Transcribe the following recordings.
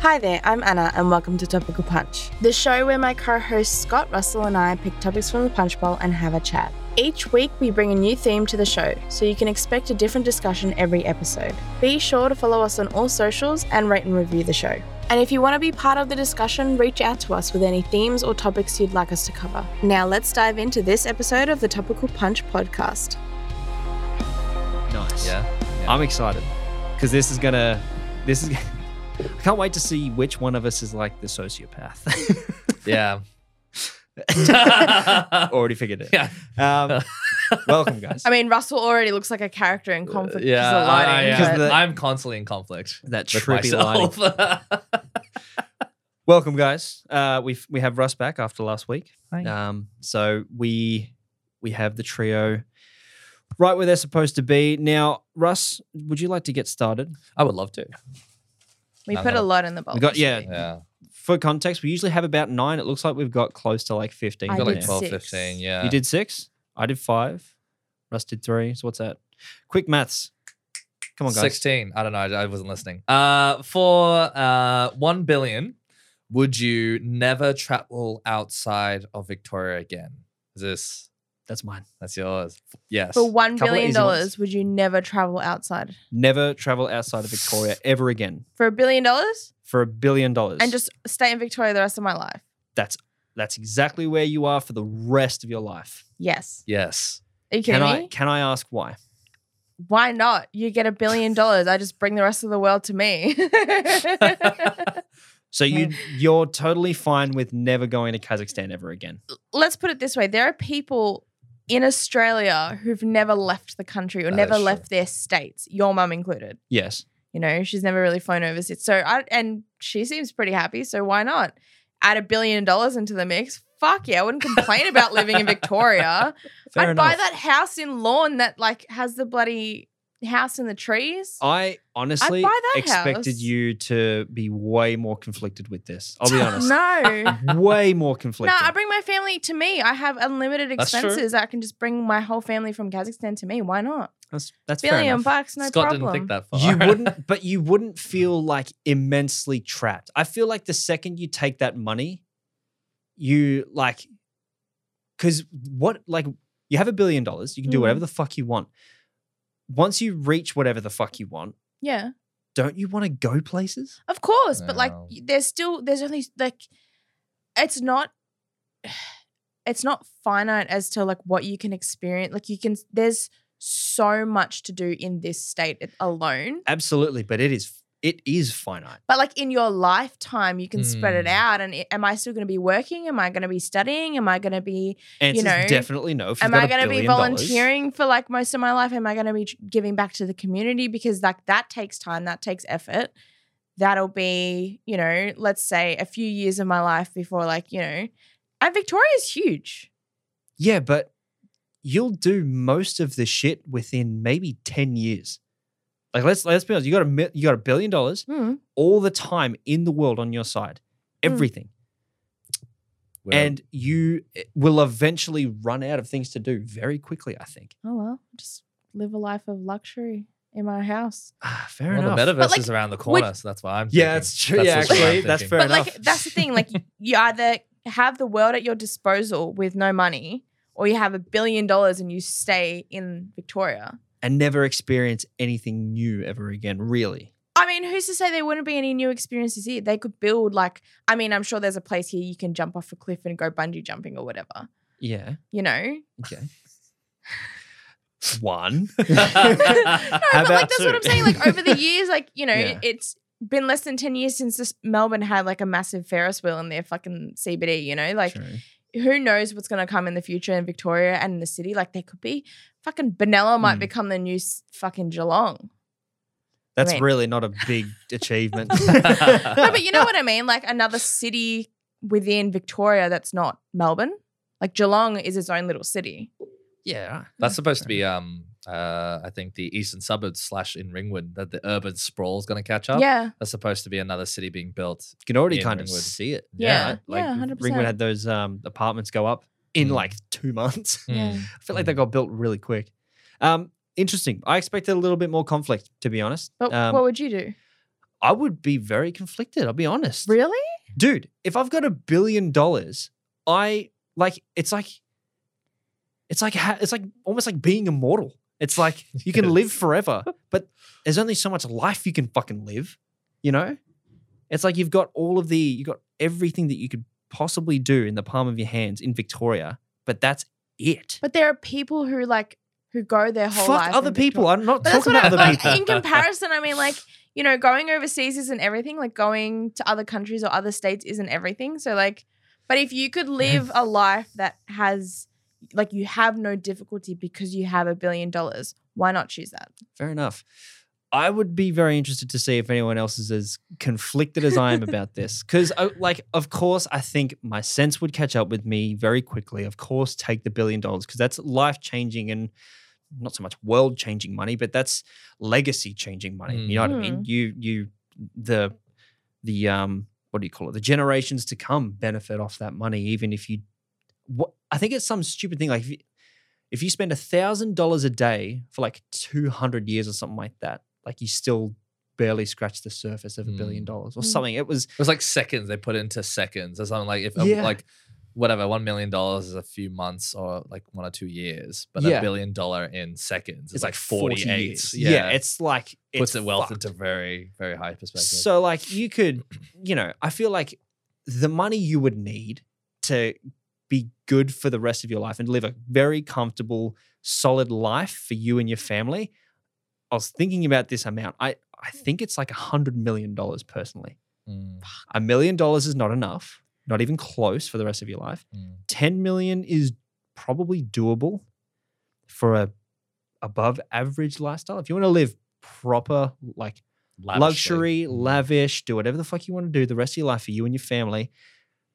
Hi there, I'm Anna, and welcome to Topical Punch, the show where my co host Scott Russell and I pick topics from the punch bowl and have a chat. Each week, we bring a new theme to the show, so you can expect a different discussion every episode. Be sure to follow us on all socials and rate and review the show. And if you want to be part of the discussion, reach out to us with any themes or topics you'd like us to cover. Now, let's dive into this episode of the Topical Punch podcast. Nice. Yeah. I'm excited because this is gonna. This is. I can't wait to see which one of us is like the sociopath. Yeah. Already figured it. yeah. Um, welcome, guys. I mean, Russell already looks like a character in conflict Yeah. because of the lighting. I, Because but- the- am constantly in conflict. That with trippy myself. welcome, guys. Uh, we we have Russ back after last week. Hi. Um, so we we have the trio right where they're supposed to be. Now, Russ, would you like to get started? I would love to. we I put a know. lot in the bowl. We got- this yeah. week. Yeah. For context, we usually have about nine. It looks like we've got close to like fifteen. I I've got now. like did 12, six. 15. Yeah. You did six. I did five. Russ did three. So what's that? Quick maths. Come on, guys. 16. I don't know. I, I wasn't listening. Uh, for uh, 1 billion, would you never travel outside of Victoria again? Is this, That's mine. that's yours? Yes. For one Couple of billion easy ones. dollars, would you never travel outside? Never travel outside of Victoria ever again For a billion dollars for a billion dollars. and just stay in Victoria the rest of my life? that's that's exactly where you are for the rest of your life. Yes. Yes. Are you kidding Can I me? can I ask why? Why not? You get a billion dollars. I just bring the rest of the world to me. So you you're totally fine with never going to Kazakhstan ever again. Let's put it this way: there are people in Australia who've never left the country or That never is true. left their states. Your mum included. Yes. You know, she's never really flown overseas. So I and she seems pretty happy. So why not add a billion dollars into the mix? Fuck yeah, I wouldn't complain about living in Victoria. Fair I'd enough. buy that house in Lawn that like has the bloody house in the trees. I I'd honestly buy that expected house. you to be way more conflicted with this. I'll be honest. No. Way more No, conflicted. I bring my family to me. I have unlimited That's true. expenses. I can just bring my whole family from Kazakhstan to me. Why not? that's that's fair Billion enough. bucks, no Scott problem. didn't think that far. you wouldn't but you wouldn't feel like immensely trapped i feel like the second you take that money you like because what like you have a billion dollars you can do whatever Mm-hmm. the fuck you want once you reach whatever the fuck you want Yeah, don't you want to go places of course. But like, Wow. y- there's still there's only like, it's not. It's not finite as to like what you can experience. Like you can, there's so much to do in this state it- alone. absolutely but it is it is finite But like in your lifetime, you can spread it Hmm. Mm. out. And i- am I still going to be working? Am I going to be studying? Am I going to be and You know, definitely no if you've am I going to be volunteering for like most of my life? Am I going to be tr- giving back to the community? Because like that takes time, that takes effort. That'll be, you know, let's say a few years of my life before like, you know, and Victoria's huge. yeah but you'll do most of the shit within maybe 10 years like let's let's be honest you got a mi- you got a billion dollars Mm. all the time in the world on your side, Mm. everything. Well, And you eh, will eventually run out of things to do very quickly, I think. Oh well, just live a life of luxury in my house. Ah, fair well, the enough. metaverse like, is around the corner, so that's why I'm. yeah, thinking. that's true. yeah, literally what I'm actually, that's thinking. fair but enough. like that's the thing, like y- you either have the world at your disposal with no money or you have a billion dollars and you stay in Victoria. and never experience anything new ever again, really. I mean, who's to say there wouldn't be any new experiences here? They could build like I mean, I'm sure there's a place here you can jump off a cliff and go bungee jumping or whatever. Yeah. You know? Okay. One. no, How but like about that's what I'm two? saying. Like over the years, like, you know, Yeah. it's been less than 10 years since this Melbourne had like a massive Ferris wheel in their fucking CBD, you know? Like True. who knows what's going to come in the future in Victoria and in the city? Like there could be fucking Benalla might Mm. become the new s- fucking Geelong. That's mean- really not a big achievement. No, but you know what I mean? Like another city within Victoria that's not Melbourne. Like Geelong is its own little city. yeah. That's supposed to be um uh I think the eastern suburbs slash in Ringwood that the urban sprawl is going to catch up. Yeah. that's supposed to be another city being built. You can already in kind of Ringwood. see it. Yeah. right? Like Yeah, 100%. Ringwood had those um, apartments go up in Mm. like two months. Yeah. Mm. I feel like they got built really quick. Um, interesting. I expected a little bit more conflict, to be honest. But Um, what would you do? I would be very conflicted. I'll be honest. Really? Dude, if I've got a billion dollars, I like it's like it's like ha- it's like almost like being immortal. It's like you can live forever, but there's only so much life you can fucking live, you know? It's like you've got all of the you got everything that you could possibly do in the palm of your hands in Victoria, but that's it. But there are people who like who go their whole Fuck life. other in people. Victoria. I'm not But that's talking what about I other like. people. In comparison, I mean, like you know, going overseas isn't everything. Like going to other countries or other states isn't everything. So like, but if you could live a life that has like you have no difficulty because you have a billion dollars, why not choose that? Fair enough. I would be very interested to see if anyone else is as conflicted as I am about this. Because, like, of course, I think my sense would catch up with me very quickly. Of course, take the billion dollars because that's life changing and not so much world changing money, but that's legacy changing money. You know what I mean? Mm. You, you, the, the, um, what do you call it? The generations to come benefit off that money, even if you, what, I think it's some stupid thing. Like, if you, if you spend a thousand dollars a day for like 200 years or something like that like you still barely scratch the surface of a billion Mm. dollars or Mm. something it was It was like seconds they put into seconds or something like if Yeah. like whatever one million dollars is a few months or like one or two years, but Yeah. a billion dollar in seconds is it's like 48 forty eight. years. yeah, it's like puts it's the wealth fucked. into very very high perspective. so like you could you know i feel like the money you would need to be good for the rest of your life and live a very comfortable solid life for you and your family i was thinking about this amount i i think it's like a hundred million dollars personally Mm, a million dollars is not enough not even close for the rest of your life mm. 10 million is probably doable for a above average lifestyle. If you want to live proper, like Lavishly. luxury, lavish, do whatever the fuck you want to do the rest of your life for you and your family,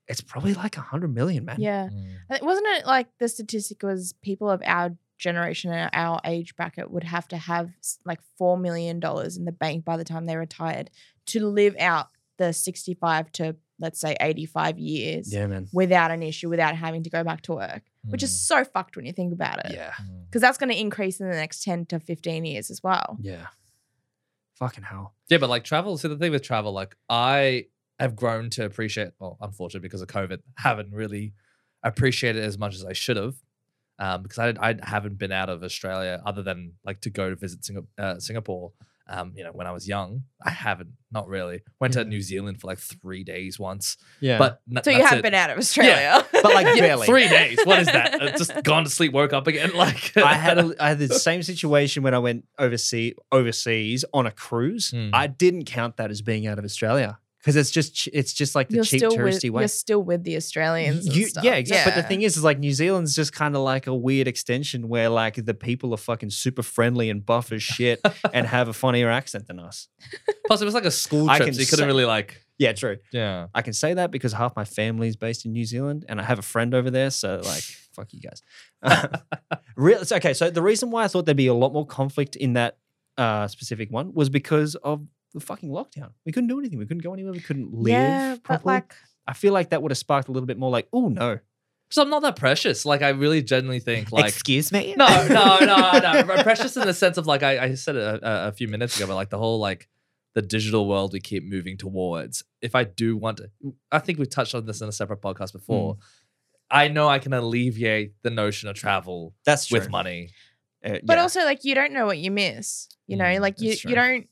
it's probably like a hundred million, man. Yeah, Mm. I think- wasn't it like the statistic was people of our generation and our age bracket would have to have s- like four million dollars in the bank by the time they retired to live out the sixty-five to let's say eighty-five years Yeah, man. without an issue, without having to go back to work, which is so fucked when you think about it. Mm. Yeah. Mm. Because that's going to increase in the next 10 to 15 years as well. Yeah. Fucking hell. Yeah, but like travel. So the thing with travel, like I have grown to appreciate. Well, unfortunately, because of COVID, haven't really appreciated it as much as I should have. Um, because I, I haven't been out of Australia other than like to go to visit Singa- uh, Singapore. Um, you know, when I was young, I haven't. Not really. Went to Yeah. New Zealand for like three days once, Yeah. but n- So you that's have it. been out of Australia. but, like, Yeah, barely. three days. What is that? Uh, Just gone to sleep, woke up again. Like I had a, I had the same situation when I went overseas overseas on a cruise. Mm. I didn't count that as being out of Australia because it's just ch- it's just like the you're, cheap still with, touristy way. you're still with the Australians. and You- stuff. Yeah, exactly. But the thing is, is like New Zealand's just kind of like a weird extension where like the people are fucking super friendly and buff as shit and have a funnier accent than us. plus it was like a school I trip, can so you couldn't say- really like Yeah, true. yeah. I can say that because half my family is based in New Zealand and I have a friend over there. So like, fuck you guys. Real, it's okay. So the reason why I thought there'd be a lot more conflict in that uh, specific one was because of the fucking lockdown. We couldn't do anything. We couldn't go anywhere. We couldn't live. Yeah, but properly. like, I feel like that would have sparked a little bit more like, oh no. So I'm not that precious. Like I really genuinely think like Excuse me? no, no, no, no. I'm precious in the sense of like I, I said it a, a- a few minutes ago, but like the whole like the digital world we keep moving towards. If I do want to, I think we've touched on this in a separate podcast before. Mm. I know I can alleviate the notion of travel That's true. with money. Uh, but yeah. also like you don't know what you miss. You know, Mm, like you, that's you true. don't,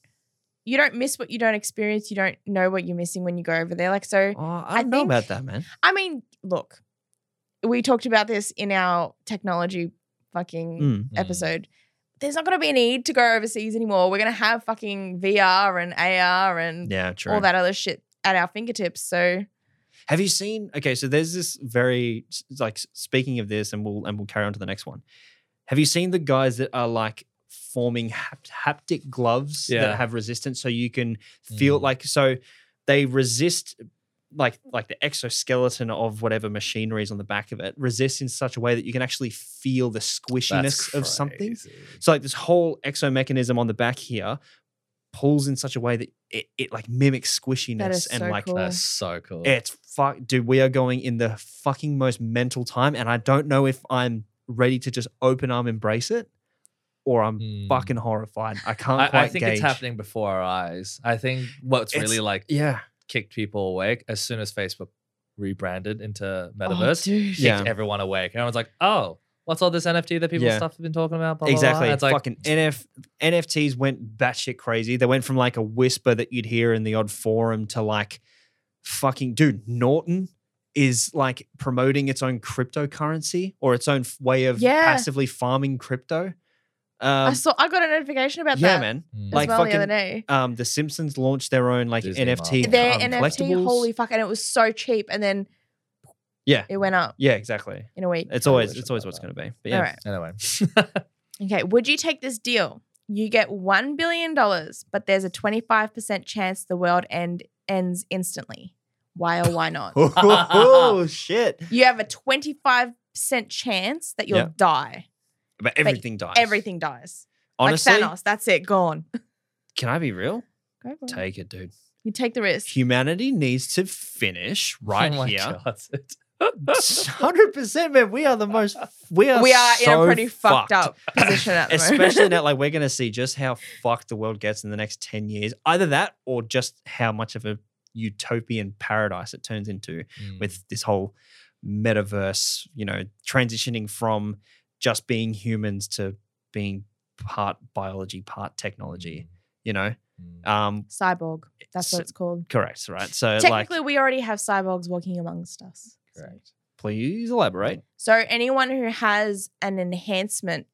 you don't miss what you don't experience. You don't know what you're missing when you go over there. Like, so Oh, I don't I know think- about that, man. I mean, look, we talked about this in our technology fucking Mm. episode. There's not going to be a need to go overseas anymore. We're going to have fucking VR and AR and Mm. Yeah, true. all that other shit at our fingertips. So Have you seen? Okay, so there's this very like speaking of this, and we'll and we'll carry on to the next one. Have you seen the guys that are like forming hap- haptic gloves Yeah. that have resistance, so you can feel Mm. like so they resist like like the exoskeleton of whatever machinery is on the back of it resists in such a way that you can actually feel the That's squishiness of something. crazy. So like this whole exo mechanism on the back here pulls in such a way that it, it like mimics that is squishiness and so like cool. That's so cool. it's fuck dude, we are going in the fucking most mental time and I don't know if I'm ready to just open arm embrace it or I'm Mm. fucking horrified. I can't I, quite I think gauge. it's happening before our eyes. I think what's It's- really like Yeah. kicked people awake as soon as Facebook rebranded into Metaverse. dude. kicked Yeah. everyone awake. Everyone's like, oh, what's all this NFT that people Yeah. stuff have been talking about? Blah, blah, blah." Exactly. It's like, fucking NF, NFTs went batshit crazy. They went from like a whisper that you'd hear in the odd forum to like fucking dude, Norton is like promoting its own cryptocurrency or its own f- way of Yeah. passively farming crypto. Um, I saw. I got a notification about yeah, that man. mm. as like, well the other fucking- day. Um, the Simpsons launched their own like Disney NFT, Marvel. Their um, NFT, collectibles. holy fuck, and it was so cheap, and then Yeah. it went up yeah, exactly. in a week. It's always wish I it's always thought what's that. going to be. But yeah, All right. anyway, Okay. Would you take this deal? You get one billion dollars, but there's a 25% chance the world end ends instantly. Why or why not? oh shit! you have a 25% chance that you'll Yeah. die. But everything dies. Everything dies. Honestly, like Thanos, that's it, gone. can I be real? Go for it. Take it, dude. you take the risk. Humanity needs to finish right Oh my here. God. Hundred percent, man. We are the most. We are. We are in so a pretty fucked, up position at the Especially moment. now, like we're going to see just how fucked the world gets in the next ten years. Either that, or just how much of a utopian paradise it turns into Mm. with this whole metaverse. You know, transitioning from just being humans to being part biology, part Mm-hmm. technology. You know, Mm. um, Cyborg. That's what So- it's called. correct, right? So, like, Technically, we already have cyborgs walking amongst us. so- Correct. please elaborate. So anyone who has an enhancement,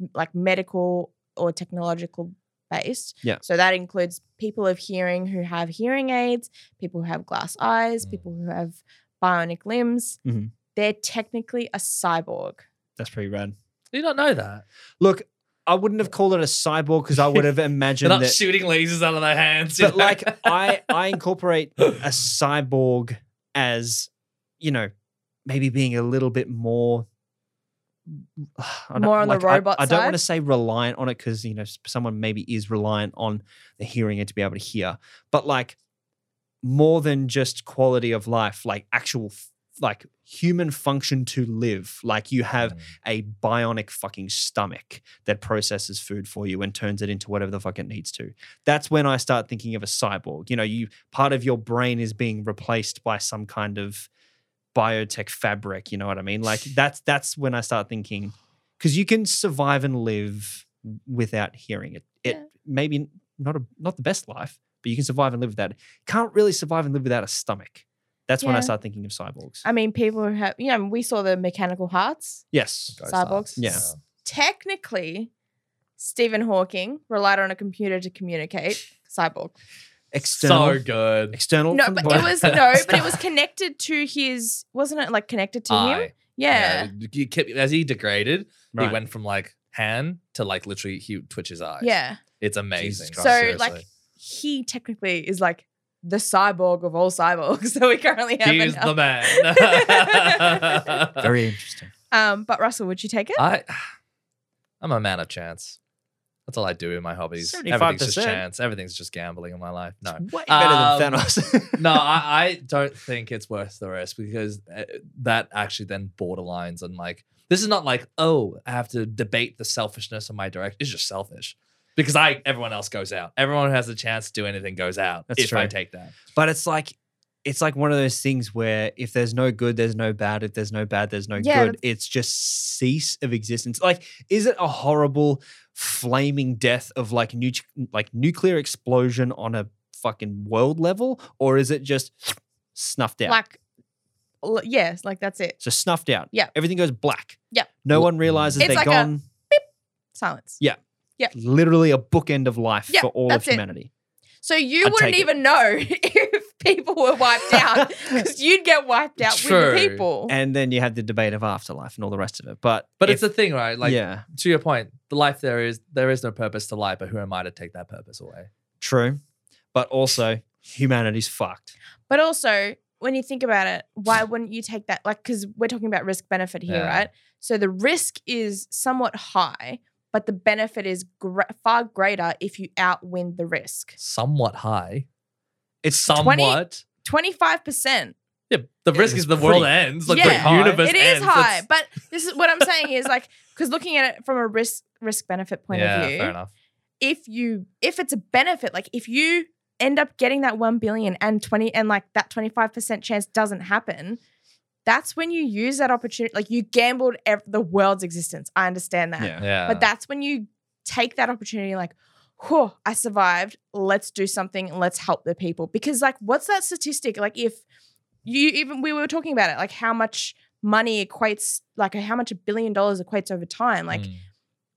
m- like medical or technological based, Yeah. So that includes people of hearing who have hearing aids, people who have glass eyes, Mm. people who have bionic limbs. Mhm. They're technically a cyborg. That's pretty rad. Do you not know that? Look, I wouldn't have called it a cyborg because I would have They're imagined not that. shooting lasers out of their hands. you but know? like, I I incorporate a cyborg as you know maybe being a little bit more. I don't- More on the I- robot I, don't want side? to say reliant on it because you know s- someone maybe is reliant on the hearing aid to be able to hear, but like more than just quality of life, like actual f- like human function to live. Like you have Mm. a bionic fucking stomach that processes food for you and turns it into whatever the fuck it needs to. That's when I start thinking of a cyborg. You know, you part of your brain is being replaced by some kind of biotech fabric, you know what I mean? Like that's that's when I start thinking cuz you can survive and live without hearing it. It Yeah. maybe not a not the best life, but you can survive and live without it. Can't really survive and live without a stomach. That's when Yeah. I start thinking of cyborgs. I mean, people who have, you know, we saw the mechanical hearts. yes. Ghost cyborgs. eyes. Yeah. Technically, Stephen Hawking relied on a computer to communicate. Cyborg. External So good. external No, from the but body. it was no, but it was connected to his. Wasn't it like connected to him? Eye. Yeah. You kept, as he degraded, Right. he went from like hand to like literally he twitch his eyes. Yeah. It's Jesus amazing. Christ. So, seriously. like, He technically is like the cyborg of all cyborgs that we currently have. he's now. the man. Very interesting. um, but Russell, would you take it? I, I'm a man of chance. That's all I do in my hobbies. Everything's just 75%. chance. Everything's just gambling in my life. No, Way better than Um, Thanos. no, I, I don't think it's worth the risk because uh, that actually then borderlines on like this is not like oh I have to debate the selfishness of my direct. It's just selfish because I everyone else goes out. Everyone who has a chance to do anything goes out. That's if I true. take that, but it's like it's like one of those things where if there's no good, there's no bad. If there's no bad, there's no Yeah, good. It's just cease of existence. Like, is it a horrible flaming death of like nu- like nuclear explosion on a fucking world level, or is it just snuffed out? Like, l- yes, like that's it. So snuffed out. Yeah. everything goes black. Yeah. no L- one realizes It's they're like a- gone. Silence. Yeah. Literally a bookend of life Yeah, for all of that's it. humanity. So you I'd wouldn't take it. even know if people were wiped out because you'd get wiped out True. with the people. and then you have the debate of afterlife and all the rest of it. Oh. But but if- it's the thing, right? Like yeah, to your point, the life there is there is no purpose to life. But who am I to take that purpose away? true. But also humanity's fucked. But also, when you think about it, why wouldn't you take that? Like, because we're talking about risk benefit here, Yeah. right? So the risk is somewhat high, but the benefit is gr- far greater if you outwin the risk. Somewhat high. It's Somewhat. 20 25%. Yeah, the It risk is is the pretty- world ends. Like Yeah. the universe It is ends. high, That's- but this is what I'm saying is like, because looking at it from a risk risk benefit point yeah, of view, fair enough. if you if it's a benefit, like if you end up getting that one billion and twenty and like that twenty five percent chance doesn't happen, that's when you use that opportunity. Like you gambled ev- the world's existence. I understand that, Yeah. Yeah, but that's when you take that opportunity. Like, whew, I survived. Let's do something. Let's help the people. Because like, what's that statistic? Like if you even we were talking about it, like how much money equates, like how much a billion dollars equates over time, like Mm.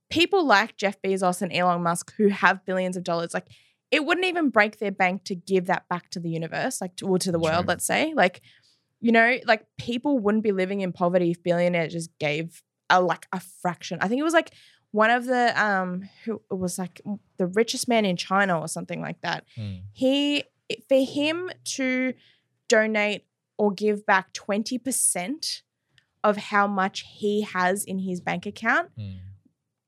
people like Jeff Bezos and Elon Musk who have billions of dollars, like it wouldn't even break their bank to give that back to the universe, like to, or to the world, True. let's say. Like, you know, like people wouldn't be living in poverty if billionaires just gave a like a fraction. I think it was like one of the um who it was like the richest man in China or something like that. Mm. He for him to donate or give back 20% of how much he has in his bank account Mm.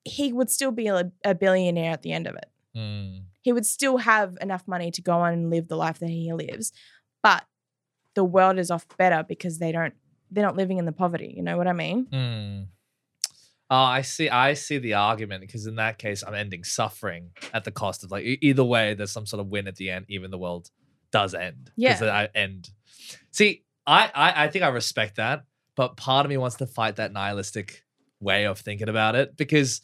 he would still be a, a billionaire at the end of it. Mm. He would still have enough money to go on and live the life that he lives. But the world is off better because they don't they're not living in the poverty, you know what I mean? Mm. Oh, I see. I see the argument because in that case, I'm ending suffering at the cost of like e- either way. There's some sort of win at the end, even the world does end. 'cause Yeah. I end. See, I, I I think I respect that, but part of me wants to fight that nihilistic way of thinking about it because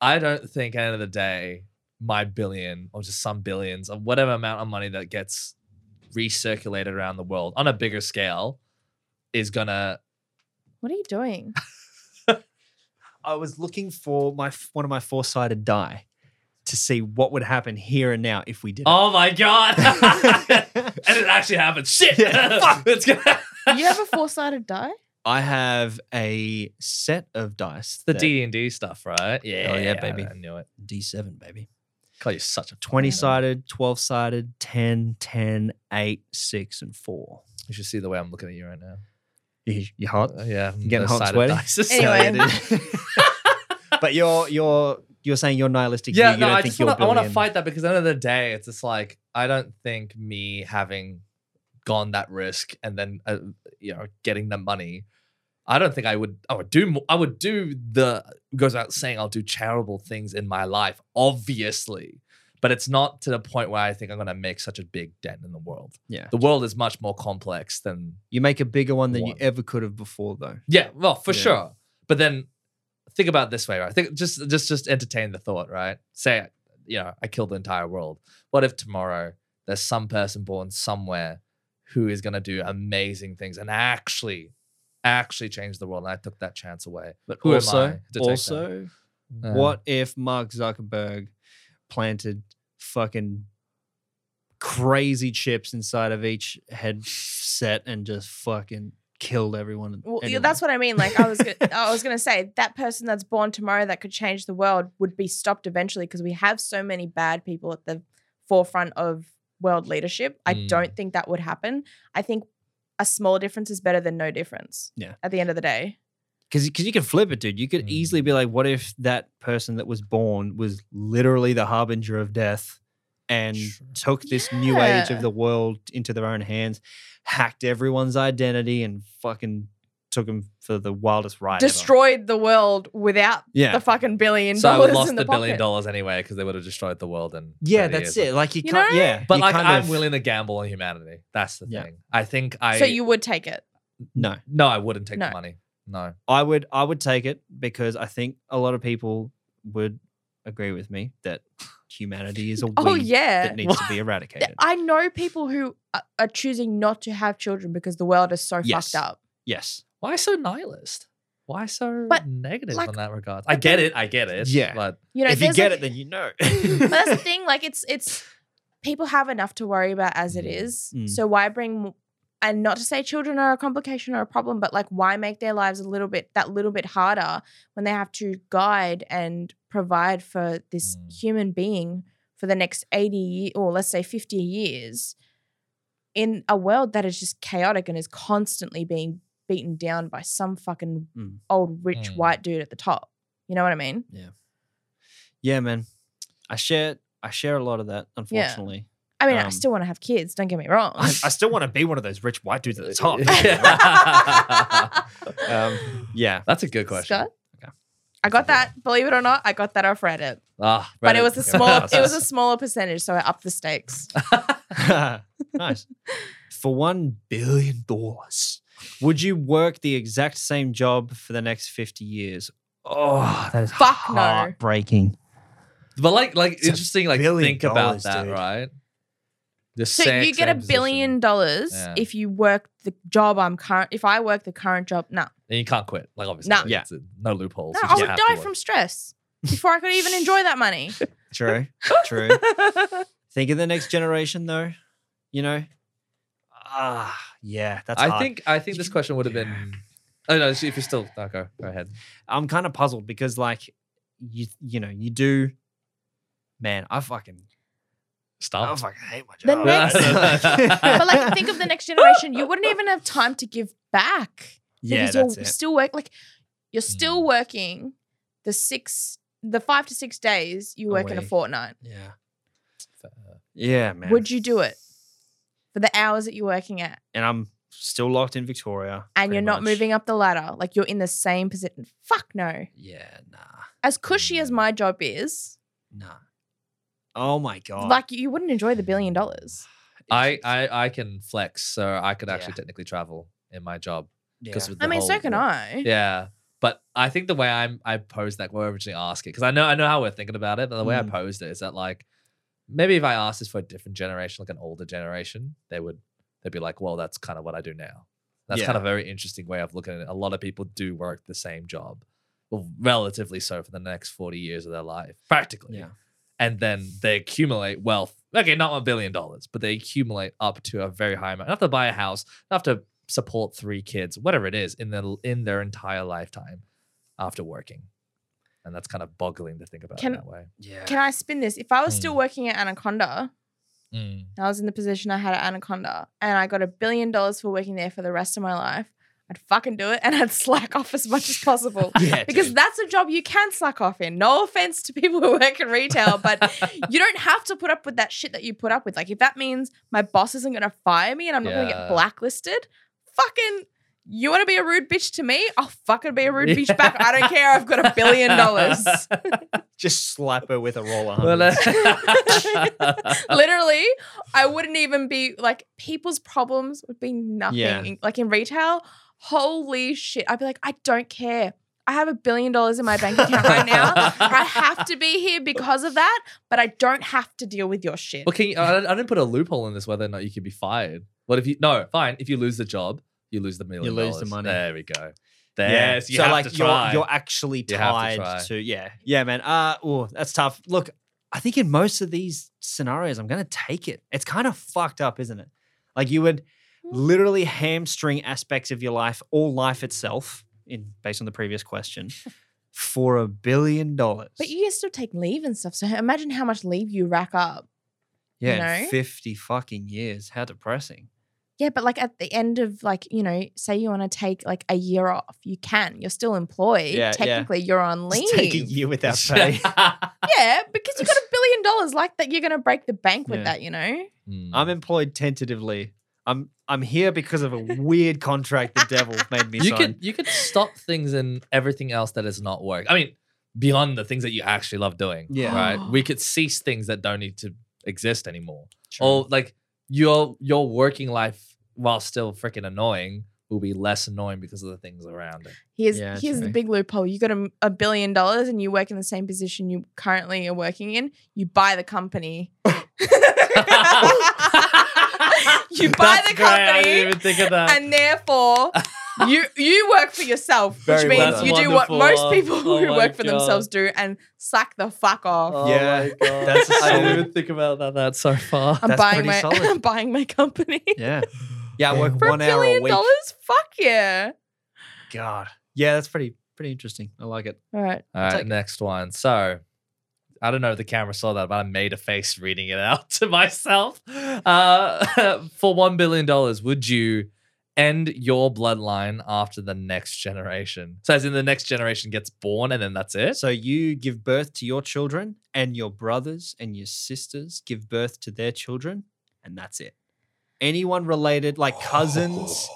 I don't think at the end of the day my billion or just some billions of whatever amount of money that gets recirculated around the world on a bigger scale is gonna What are you doing? I was looking for my one of my four sided die to see what would happen here and now if we did. it. Oh my god! and it actually happened. Shit! Yeah. Fuck! It's gonna- you have a four-sided die? I have a set of dice. the that- D and D stuff, right? Yeah, Oh, yeah, baby. I knew it. D7, baby. God, you're such a fucking 20 nerd. sided, 12 sided, 10, 10, 8, 6, and 4. You should see the way I'm looking at you right now. You, you hot? Uh, yeah, You getting those hot and sided sweaty? dice are so- Anyway. but you're you're you're saying you're nihilistic. yeah, you, you no, don't I think just you're want to. I want to billion. fight that because at the end of the day, it's just like I don't think me having gone that risk and then uh, you know getting the money. I don't think I would. I would do. More, I would do the goes out saying I'll do charitable things in my life, obviously, but it's not to the point where I think I'm going to make such a big dent in the world. Yeah. The world is much more complex than You make a bigger one than you One. ever could have before, though. yeah, well, for Yeah. sure. But then think about it this way, right? Think just just just entertain the thought, right? Say, you know, I killed the entire world. What if tomorrow there's some person born somewhere who is gonna do amazing things and actually, actually change the world? And I took that chance away. But Who am I also, to take that? also, Uh, what if Mark Zuckerberg planted fucking crazy chips inside of each headset and just fucking killed everyone? Well, yeah, anyway? that's what I mean. Like I was gonna, I was going to say that person that's born tomorrow that could change the world would be stopped eventually because we have so many bad people at the forefront of world leadership. I Mm. don't think that would happen. I think a small difference is better than no difference. Yeah. At the end of the day. because because you can flip it, dude. You could Mm. easily be like, what if that person that was born was literally the harbinger of death and True. took this new age Yeah. of the world into their own hands, hacked everyone's identity, and fucking took them for the wildest ride. ever." Destroyed the world without Yeah. the fucking billion So I would dollars have lost in the the billion pocket. dollars anyway because they would have destroyed the world. And yeah, that's it. Like you, You can't. know? Yeah, But you like, kind I'm of- willing to gamble on humanity. That's the Yeah. thing. I think I. So you would take it. No, No, I wouldn't take No. the money. No. I would. I would take it because I think a lot of people would agree with me that humanity is a Oh weed yeah. that needs to be eradicated. I know people who are- are choosing not to have children because the world is so Yes. fucked up. yes. Why so nihilist? Why so But, negative like, in that regard? I get it. I get it. Yeah. But You know, if you there's, get like- it, then you know. but that's the thing. Like it's it's people have enough to worry about as it Mm, is. mm. So why bring m- and not to say children are a complication or a problem, but like why make their lives a little bit that little bit harder when they have to guide and provide for this Mm. human being for the next 80 ye- or let's say 50 years in a world that is just chaotic and is constantly being beaten down by some fucking Mm. old rich Mm. white dude at the top. You know what I mean? Yeah, man. I share I share a lot of that, unfortunately. I mean, I Um, still want to have kids, don't get me wrong. I, I still want to be one of those rich white dudes at the top. Yeah. um, yeah. Um, that's a good question. Scott? Okay. I got that. Believe it or not, I got that off Reddit. Ah, But it Reddit. was a Okay. small it was a smaller percentage, so I upped the stakes. nice. For one billion dollars, would you work the exact same job for the next fifty years? Oh, that is Fuck no. heartbreaking. but like, like It's a interesting. Like, billion think dollars, about that, dude. right? The So exact you get a same billion position. dollars Yeah. if you work the job I'm current if I work the current job. No. and you can't quit. Like, obviously, No. like, Yeah. it's a- no loopholes. No, You I just would have to die work. from stress before I could even enjoy that money. True. True. Think of the next generation, though. You know. Ah, yeah. That's. I hard. think I think You this can- question would have been. Oh no! If you're still, no, go go ahead. I'm kind of puzzled because, like, you you know, you do. Man, I fucking Oh, I Stop. fucking hate my The job. next- But, but like think of the next generation. You wouldn't even have time to give back. yeah, because you're that's it. Mm. still work like you're still working the six the five to six days you work in a Away. fortnight. Yeah, yeah, man. Would you do it for the hours that you're working at? and I'm still locked in Victoria. And pretty you're not much. moving up the ladder. Like you're in the same position. Fuck no. Yeah, nah, As cushy as my job is, nah. Oh my god. like you wouldn't enjoy the billion dollars. I, I I can flex, so I could actually Yeah. technically travel in my job. yeah. because I mean, so can I. Yeah, but I think the way I'm I posed that, we're originally asking because I know I know how we're thinking about it, but the way I Mm. posed it is that like maybe if I asked this for a different generation, like an older generation, they would they'd be like, well, that's kind of what I do now. That's kind Yeah. of a very interesting way of looking at it. A lot of people do work the same job, well, relatively so for the next forty years of their life, practically. yeah, and then they accumulate wealth. Okay, not a billion dollars, but they accumulate up to a very high amount, enough to buy a house, enough to support three kids, whatever it is, in their in their entire lifetime after working. And that's kind of boggling to think about Can- it that way. yeah. Mm. Can I spin this? If I was still working at Anaconda, Mm. and I was in the position I had at Anaconda, and I got a billion dollars for working there for the rest of my life, I'd fucking do it and I'd slack off as much as possible. yeah, Because dude. that's a job you can slack off in. No offense to people who work in retail, but you don't have to put up with that shit that you put up with. Like, if that means my boss isn't going to fire me and I'm not going to Yeah. get blacklisted, fucking, you want to be a rude bitch to me? I'll fucking be a rude Yeah. bitch back. I don't care. I've got a billion dollars. just slap her with a roller. Well, hundreds. uh, Literally, I wouldn't even be like, people's problems would be nothing. Yeah. Like, in retail, holy shit. I'd be like, I don't care. I have a billion dollars in my bank account right now. I have to be here because of that, but I don't have to deal with your shit. well, can you, I, I didn't put a loophole in this whether or not you could be fired. What if you no, fine. If you lose the job, you lose the million. lose the dollars. money. There we go. Yeah. Yes, you so have like to you're try. you're actually You have to tied try. to, yeah yeah man. Uh, oh, that's tough. Look, I think in most of these scenarios, I'm gonna take it. It's kind of fucked up, isn't it? Like you would Hmm. literally hamstring aspects of your life or life itself, in based on the previous question, for a billion dollars. But you can still take leave and stuff. So imagine how much leave you rack up. Yeah, in know? 50 fucking years. How depressing. Yeah, but like at the end of like, you know, say you want to take like a year off, you can. You're still employed. Yeah, yeah. Technically, you're on leave. Just take a year without pay. eh? Yeah, because you got a billion dollars like that, you're going to break the bank with Yeah. that, you know? Mm. I'm employed tentatively. I'm I'm here because of a weird contract the devil made me you sign. could you could stop things and everything else that is not work. I mean, beyond the things that you actually love doing. Yeah. Right. We could cease things that don't need to exist anymore. True. Or like your your working life, while still freaking annoying, will be less annoying because of the things around it. Here's Yeah, here's the true. big loophole. You got a, a billion dollars and you work in the same position you currently are working in. You buy the company. you buy That's the great, I didn't company, even think of that. and therefore you you work for yourself, which Very means well you done. do what most Wonderful. people Oh who my work for God. themselves do and suck the fuck off. Oh Yeah, my God. that's a I solid- didn't even think about that, that so far. I'm that's buying my pretty solid. I'm buying my company yeah. Yeah, I work for one a hour a billion week. dollars. Fuck yeah! God. Yeah, that's pretty pretty interesting. I like it. All right, All take right, it. next one. So, I don't know if the camera saw that, but I made a face reading it out to myself. Uh, for one billion dollars, would you end your bloodline after the next generation? So, as in the next generation gets born, and then that's it. So you give birth to your children and your brothers and your sisters give birth to their children and that's it. Anyone related like cousins,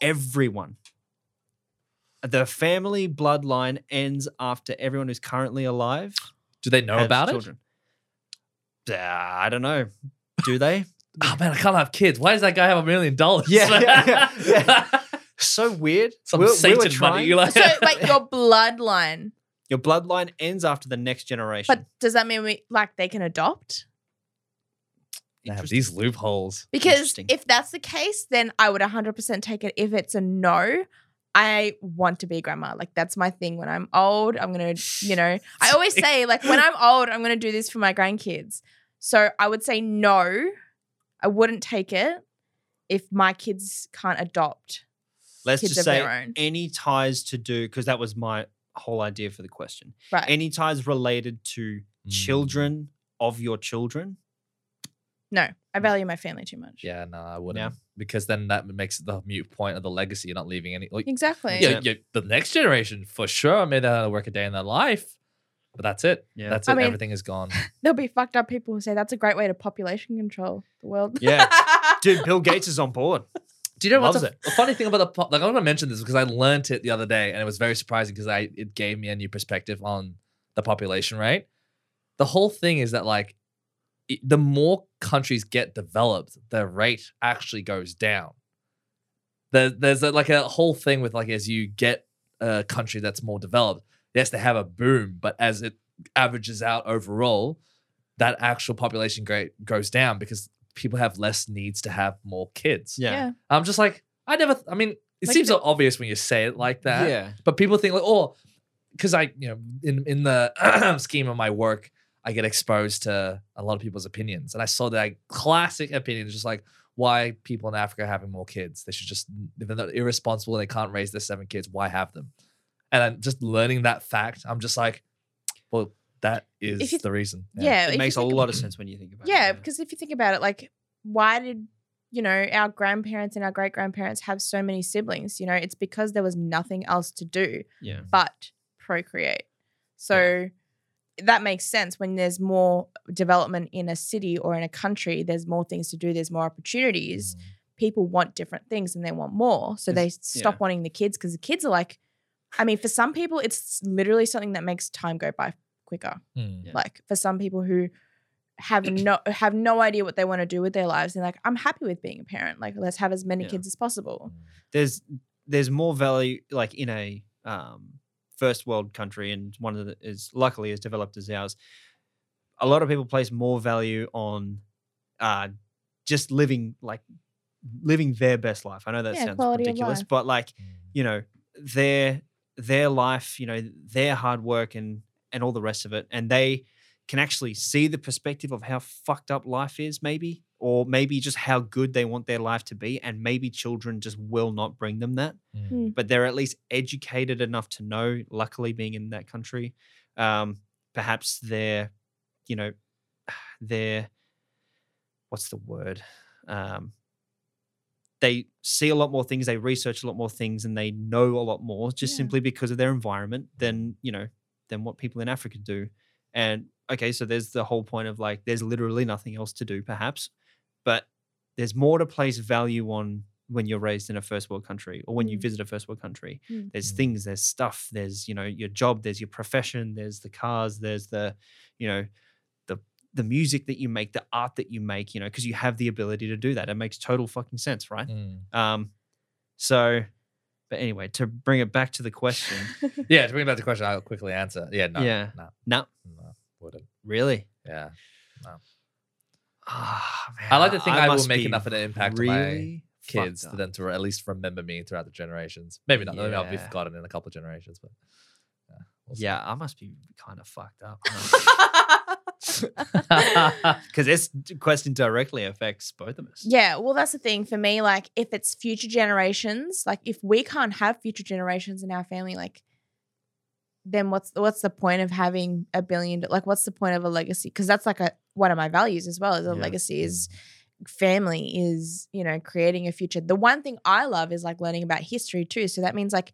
everyone. the family bloodline ends after everyone who's currently alive. Do they know has about children. Uh, I don't know. Do they? it? Oh man, I can't have kids. Why does that guy have a million dollars? Yeah, yeah, yeah. so weird. Some We- we were Satan money. trying- You're like, So wait, your bloodline. Your bloodline ends after the next generation. But does that mean we like they can adopt? They have Interesting. these loopholes. Because Interesting. if that's the case, then I would 100% take it. If it's a no, I want to be a grandma. Like that's my thing. When I'm old, I'm gonna, you know, I always say like when I'm old, I'm gonna do this for my grandkids. So I would say no, I wouldn't take it if my kids can't adopt Let's kids just of their say own. any ties to do because that was my whole idea for the question. Right. Any ties related to children of your children? no, I value my family too much. Yeah, no, I wouldn't. Because then that makes it the mute point of the legacy. You're not leaving any. Like, Exactly. yeah, yeah, the next generation for sure made that work a day in their life, but that's it. Yeah. That's it. I mean- Everything is gone. There'll be fucked up people who say that's a great way to population control the world. Yeah. Dude, Bill Gates is on board. Do you know what's Loves a, a funny thing about the po- like? I'm gonna mention this because I learnt it the other day, and it was very surprising because I it gave me a new perspective on the population rate. The whole thing is that like, it- the more countries get developed, the rate actually goes down. There, there's a, like a whole thing with like as you get a country that's more developed, yes, they have a boom, but as it averages out overall, that actual population rate goes down because people have less needs to have more kids. Yeah. I'm just like, I never. I mean, it Like seems the- so obvious when you say it like that. Yeah. But people think like, oh, because I, you know, in in the scheme of my work, I get exposed to a lot of people's opinions, and I saw that classic opinion, just like why people in Africa are having more kids. They should just if they're not irresponsible and they can't raise their seven kids, why have them? And I'm just learning that fact, I'm just like, well, that is you- the reason. Yeah, if It you makes a think lot of sense when you think about it. Yeah, because if you think about it, like, why did you know our grandparents and our great grandparents have so many siblings? You know, it's because there was nothing else to do Yeah. but procreate. So that makes sense when there's more development in a city or in a country. There's more things to do. There's more opportunities. People want different things and they want more, so they stop yeah. wanting the kids because the kids are like, I mean, for some people, it's literally something that makes time go by quicker Mm. Yeah. like for some people who have no have no idea what they want to do with their lives and like i'm happy with being a parent like let's have as many Yeah. kids as possible There's there's more value like in a um, first world country and one of the is luckily as developed as ours. A lot of people place more value on uh, just living like living their best life. I know that Yeah, sounds quality of ridiculous, life. but like Mm. you know their their life you know their hard work and and all the rest of it and they can actually see the perspective of how fucked up life is maybe or maybe just how good they want their life to be and maybe children just will not bring them that Mm. Hmm. but they're at least educated enough to know luckily being in that country um perhaps their you know their what's the word um they see a lot more things they research a lot more things and they know a lot more just Yeah. simply because of their environment than you know than what people in africa do and okay so there's the whole point of like there's literally nothing else to do perhaps but there's more to place value on when you're raised in a first world country or when you Mm. visit a first world country Mm. there's Mm. things there's stuff there's you know your job there's your profession there's the cars there's the you know the the music that you make the art that you make you know because you have the ability to do that it makes total fucking sense right Mm. um so but anyway to bring it back to the question Yeah, to bring back the question, I'll quickly answer. Yeah, no, Yeah. no, no no, wouldn't. really Yeah, Ah, man, I like to think I, will must make be enough of an impact on my really fucked kids up. for them to at least remember me throughout the generations. Maybe not. Maybe I'll be Yeah. forgotten in a couple of generations, but yeah. we'll see. yeah i must be kind of fucked up yeah, because this d- question directly affects both of us yeah well that's the thing for me like if it's future generations like if we can't have future generations in our family like then what's what's the point of having a billion like what's the point of a legacy because that's like a one of my values as well as a Yeah. legacy is family is you know creating a future the one thing i love is like learning about history too so that means like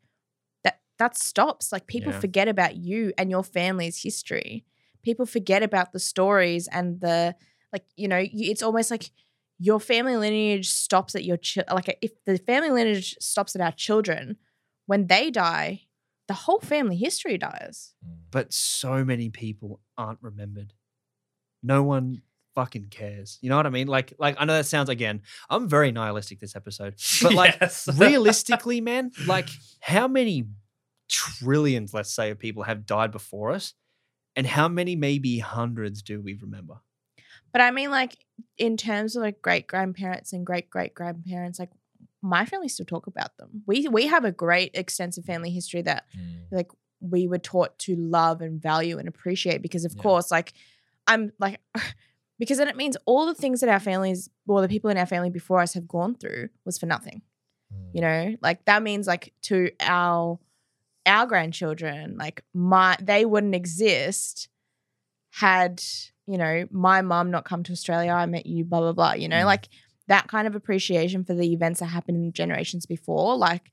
that that stops like people Yeah. forget about you and your family's history people forget about the stories and the like you know you, it's almost like your family lineage stops at your chi- like if the family lineage stops at our children when they die, the whole family history dies. But so many people aren't remembered. No one fucking cares. You know what I mean? Like, like I know that sounds again. I'm very nihilistic this episode, but like Yes. realistically, man, like how many trillions, let's say, of people have died before us, and how many, maybe hundreds, do we remember? But I mean, like in terms of like great grandparents and great great grandparents, like my family still talk about them. We we have a great extensive family history that Mm. like we were taught to love and value and appreciate because of Yeah. course like i'm like because then it means all the things that our families or the people in our family before us have gone through was for nothing Mm-hmm. you know like that means like to our our grandchildren like my they wouldn't exist had you know my mom not come to australia i met you blah blah blah you know Mm. like that kind of appreciation for the events that happened in generations before like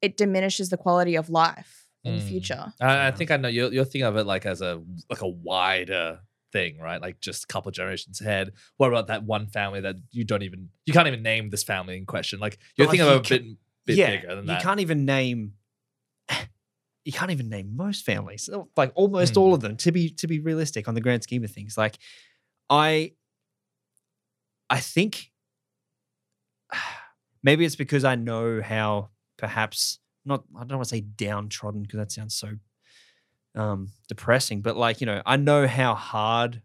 it diminishes the quality of life in the Mm. future I, I think I know you're, you're thinking of it like as a like a wider thing, right? Like just a couple generations ahead. What about that one family that you don't even you can't even name this family in question? Like you're But, like, thinking you of it a bit, bit bigger than you that. can't even name. You can't even name most families, Oh, like almost all of them. To be to be realistic, on the grand scheme of things, like I, I think maybe it's because I know how perhaps not. I don't want to say downtrodden because that sounds so um, depressing, but like you know, I know how hard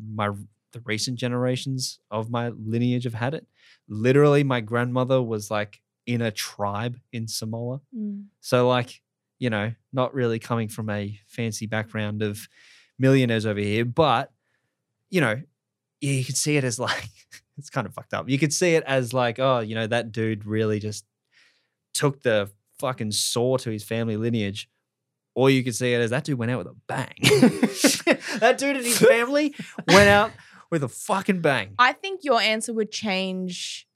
my the recent generations of my lineage have had it. Literally, my grandmother was like in a tribe in Samoa. So, like, you know, not really coming from a fancy background of millionaires over here, but, you know, yeah, you could see it as like, it's kind of fucked up. You could see it as like, oh, you know, that dude really just took the fucking saw to his family lineage. Or you could see it as that dude went out with a bang. that dude and his family went out with a fucking bang. I think your answer would change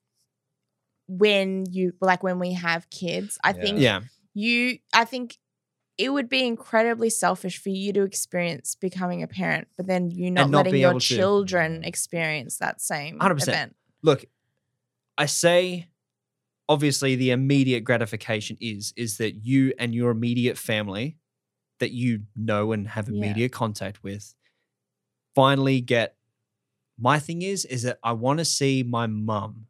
when you like when we have kids. I Yeah. think yeah. you I think it would be incredibly selfish for you to experience becoming a parent, but then you not, not letting be your able to. children experience that same 100%. event. look, I say obviously the immediate gratification is is that you and your immediate family that you know and have Yeah. immediate contact with finally get my thing is is that I want to see my mum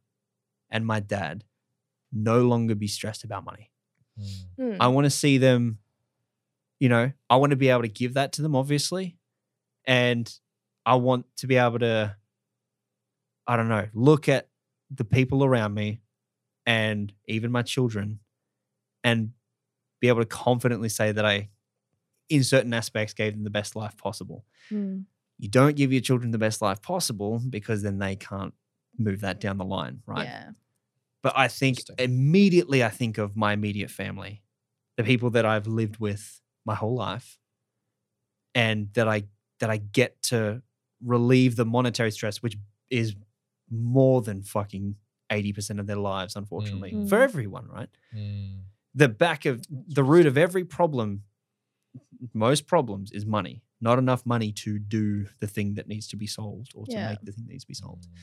and my dad no longer be stressed about money. Mm. Mm. I want to see them, you know, I want to be able to give that to them, obviously. And I want to be able to, I don't know, look at the people around me and even my children and be able to confidently say that I, in certain aspects, gave them the best life possible. Mm. You don't give your children the best life possible because then they can't move that down the line, right? Yeah. but I think Interesting. immediately I think of my immediate family, the people that I've lived with my whole life, and that I that I get to relieve the monetary stress, which is more than fucking eighty percent of their lives, unfortunately, Mm. for Mm. everyone, right? Mm. The back of the root of every problem, most problems, is money. Not enough money to do the thing that needs to be solved, or to Yeah. make the thing that needs to be solved. Mm.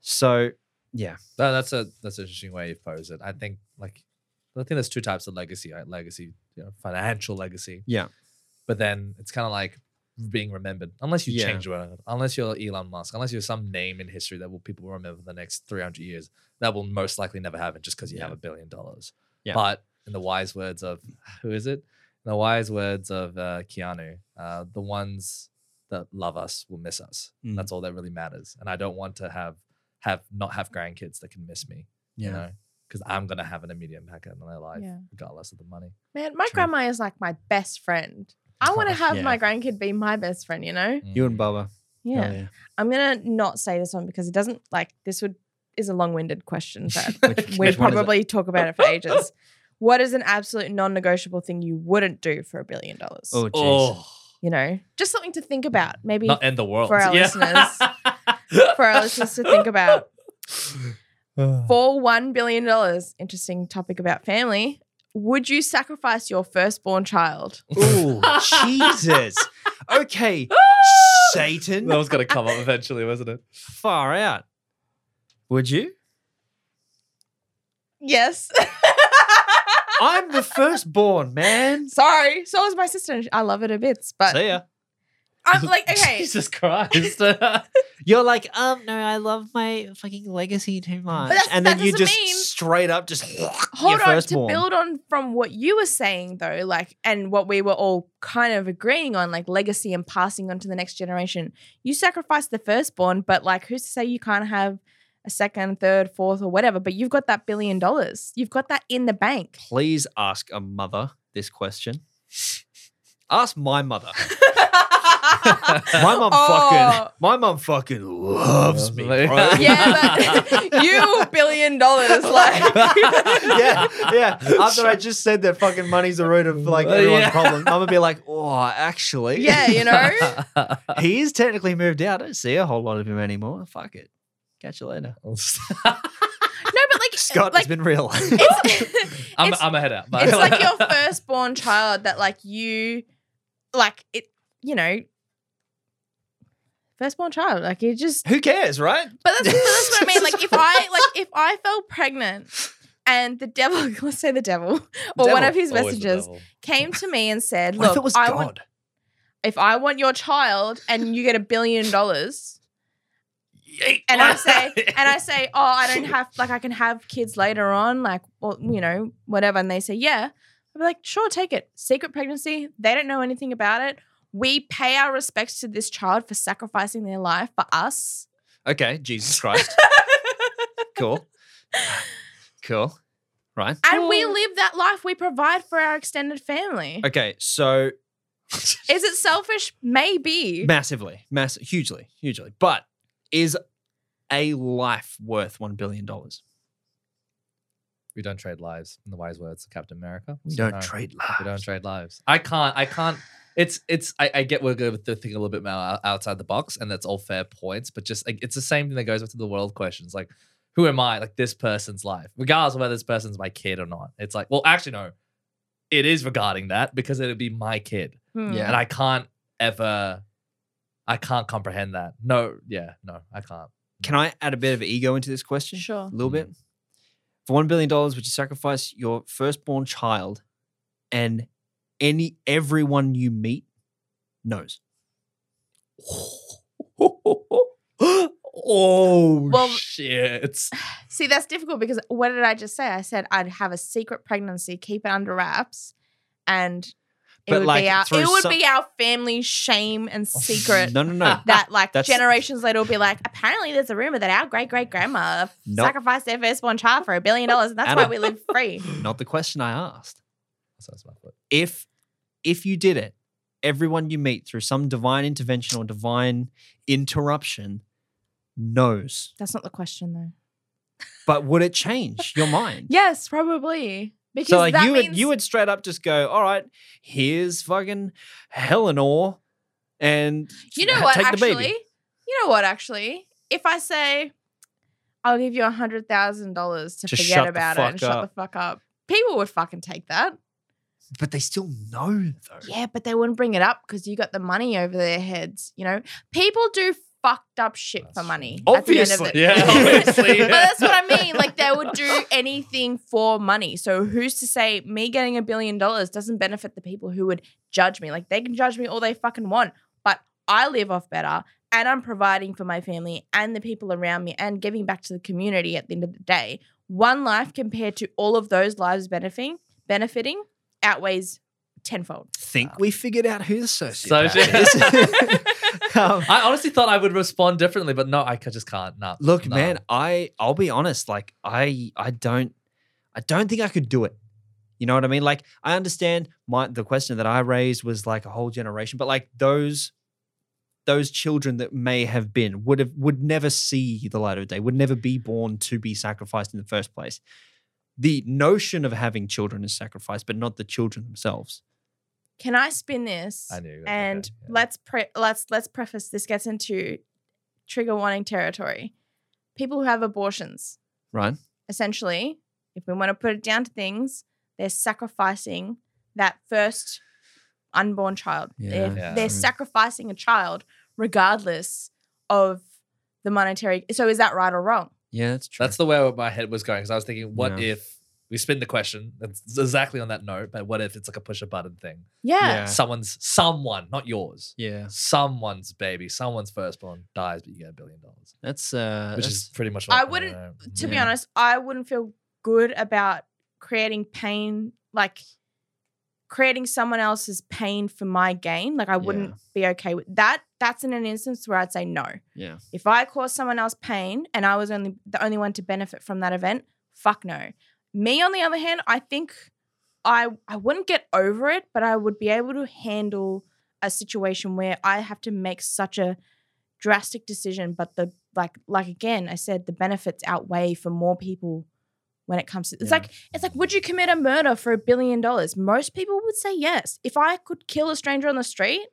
So, yeah, No, that's a that's an interesting way you pose it. I think like I think there's two types of legacy, right? Legacy, you know, financial legacy. Yeah. But then it's kind of like being remembered, unless you Yeah. change whatever, unless you're Elon Musk, unless you're some name in history that will people will remember for the next 300 years, that will most likely never happen just because you have Yeah. a billion dollars. Yeah. But in the wise words of who is it? In the wise words of uh, Keanu, uh, the ones that love us will miss us. Mm. That's all that really matters. And I don't want to have have not have grandkids that can miss me. yeah. You know, because I'm gonna have an immediate impact on their life, Yeah. regardless of the money. Man, my True. grandma is like my best friend. I want to Oh, have yeah. my grandkid be my best friend, you know? Mm. You and Bubba, Yeah. Oh, yeah. I'm going to not say this one because it doesn't like this would is a long-winded question, so we'd Which one is it? probably talk about it for ages. What is an absolute non-negotiable thing you wouldn't do for a billion dollars? Oh, jeez. Oh, You know, just something to think about. Maybe not end the world for our listeners. for our listeners to think about. Oh. For For one billion dollars, interesting topic about family. Would you sacrifice your firstborn child? Ooh, Oh. Jesus. Okay, Ah! Satan. that was gonna come up eventually, wasn't it? Far out. Would you? Yes. I'm the firstborn, man. Sorry. So is my sister. I love it a bits, but See ya. I'm like, okay. Jesus Christ. You're like, um, no, I love my fucking legacy too much, that's- and that then you doesn't just mean- straight up just Hold your on firstborn. to build on from what you were saying though, like, and what we were all kind of agreeing on, like legacy and passing on to the next generation. You sacrifice the firstborn, but like, who's to say you can't have a second, third, fourth, or whatever? But you've got that billion dollars. You've got that in the bank. Please ask a mother this question. Ask my mother. My mom Oh. fucking, my mom fucking loves me, bro. Yeah, but you billion dollars, like yeah, yeah. After I just said that fucking money's the root of like Uh, everyone's yeah. problem, I'm gonna be like, oh, actually, Yeah, you know? he is technically moved out. I don't see a whole lot of him anymore. Fuck it. Catch you later. no, but like Scott like has been real. it's, I'm, it's, I'm a head out. but- it's like your firstborn child that like you like it you know firstborn child like you just Who cares, right? but that's, but that's what i mean like if i like if i fell pregnant and the devil let's say the devil or one Devil, of his Always the messages devil. came to me and said What look if it was i God? want if i want your child and you get a billion dollars and I say, and I say, oh, I don't have like I can have kids later on, like well, you know, whatever. And they say, yeah. I'd be like, sure, take it. Secret pregnancy. They don't know anything about it. We pay our respects to this child for sacrificing their life for us. okay, Jesus Christ. cool. Cool. Right. And we live that life. We provide for our extended family. Okay, so Is it selfish? Maybe. massively, mass, hugely, hugely. But is a life worth one billion dollars? We don't trade lives. In the wise words of Captain America, We So don't no, trade We lives. don't trade lives. I can't. I can't. It's. It's. I, I get we're good with the thing a little bit more out- outside the box, and that's all fair points. But just like, it's the same thing that goes back to the world questions. Like, who am I? Like this person's life, regardless of whether this person's my kid or not. It's like, well, actually, no. It is regarding that because it'd be my kid, Hmm. Yeah. and I can't ever. I can't comprehend that. No. Yeah. No. I can't. Can I add a bit of ego into this question? Sure. A little Mm. bit. For one billion dollars, would you sacrifice your firstborn child and any everyone you meet knows? oh Well- shit! See, that's difficult because what did I just say? I said I'd have a secret pregnancy, keep it under wraps, and it But, would like, be our through it would some- be our family shame and secret No, no, no. that like That's- generations later will be like, apparently there's a rumor that our great great grandma Nope. sacrificed their firstborn child for a billion dollars, and that's Adam. why we live free. Not the question I asked. That's not smart, but- If if you did it, everyone you meet through some divine intervention or divine interruption knows. That's not the question though. But would it change your mind? Yes, probably. Because So like that you would means you would straight up just go, all right, here's fucking Eleanor, and You know ha- what? Take the Actually, baby. you know what? Actually, if I say, "I'll give you a hundred thousand dollars to To shut forget the about it and fuck shut the fuck up," people would fucking take that. But they still know though. Yeah, but they wouldn't bring it up because you got the money over their heads. You know, people do fucked up shit That's for true. money. Obviously. at the Yeah, end of the obviously. but that's what I mean. Like they would do anything for money. So who's to say me getting a billion dollars doesn't benefit the people who would judge me? Like they can judge me all they fucking want, but I live off better and I'm providing for my family and the people around me and giving back to the community at the end of the day. One life compared to all of those lives benefiting benefiting outweighs tenfold. Think we figured out who the sociopath is. Soci- Um, I honestly thought I would respond differently, but no, I c- just can't. No. look, no. man, I I'll be honest. Like I I don't I don't think I could do it. You know what I mean? Like I understand my the question that I raised was like a whole generation, but like those those children that may have been would have would never see the light of day, would never be born to be sacrificed in the first place. The notion of having children is sacrificed, but not the children themselves. Can I spin this? I knew. you were gonna and go, yeah. let's pre- let's let's preface this gets into trigger warning territory. People who have abortions, Right? essentially, if we want to put it down to things, they're sacrificing that first unborn child. They're, Yeah, Yeah. they're true. sacrificing a child regardless of the monetary. So is that right or wrong? Yeah, that's true. That's the way my head was going because I was thinking, what Yeah. if We spin the question. It's exactly on that note, but what if it's like a push a button thing? Yeah. Yeah. Someone's someone, not yours. Yeah. Someone's baby, someone's firstborn dies, but you get a billion dollars. That's uh Which that's- is pretty much I what wouldn't- know. To be Yeah. honest, I wouldn't feel good about creating pain, like creating someone else's pain for my gain. Like I wouldn't be okay with that. That's in an instance where I'd say no. yeah. If I caused someone else pain and I was only the only one to benefit from that event, fuck no. Me on the other hand, I think I I wouldn't get over it, but I would be able to handle a situation where I have to make such a drastic decision, but the like like again, I said the benefits outweigh for more people when it comes to it's Yeah. like it's like would you commit a murder for a billion dollars? Most people would say yes. If I could kill a stranger on the street,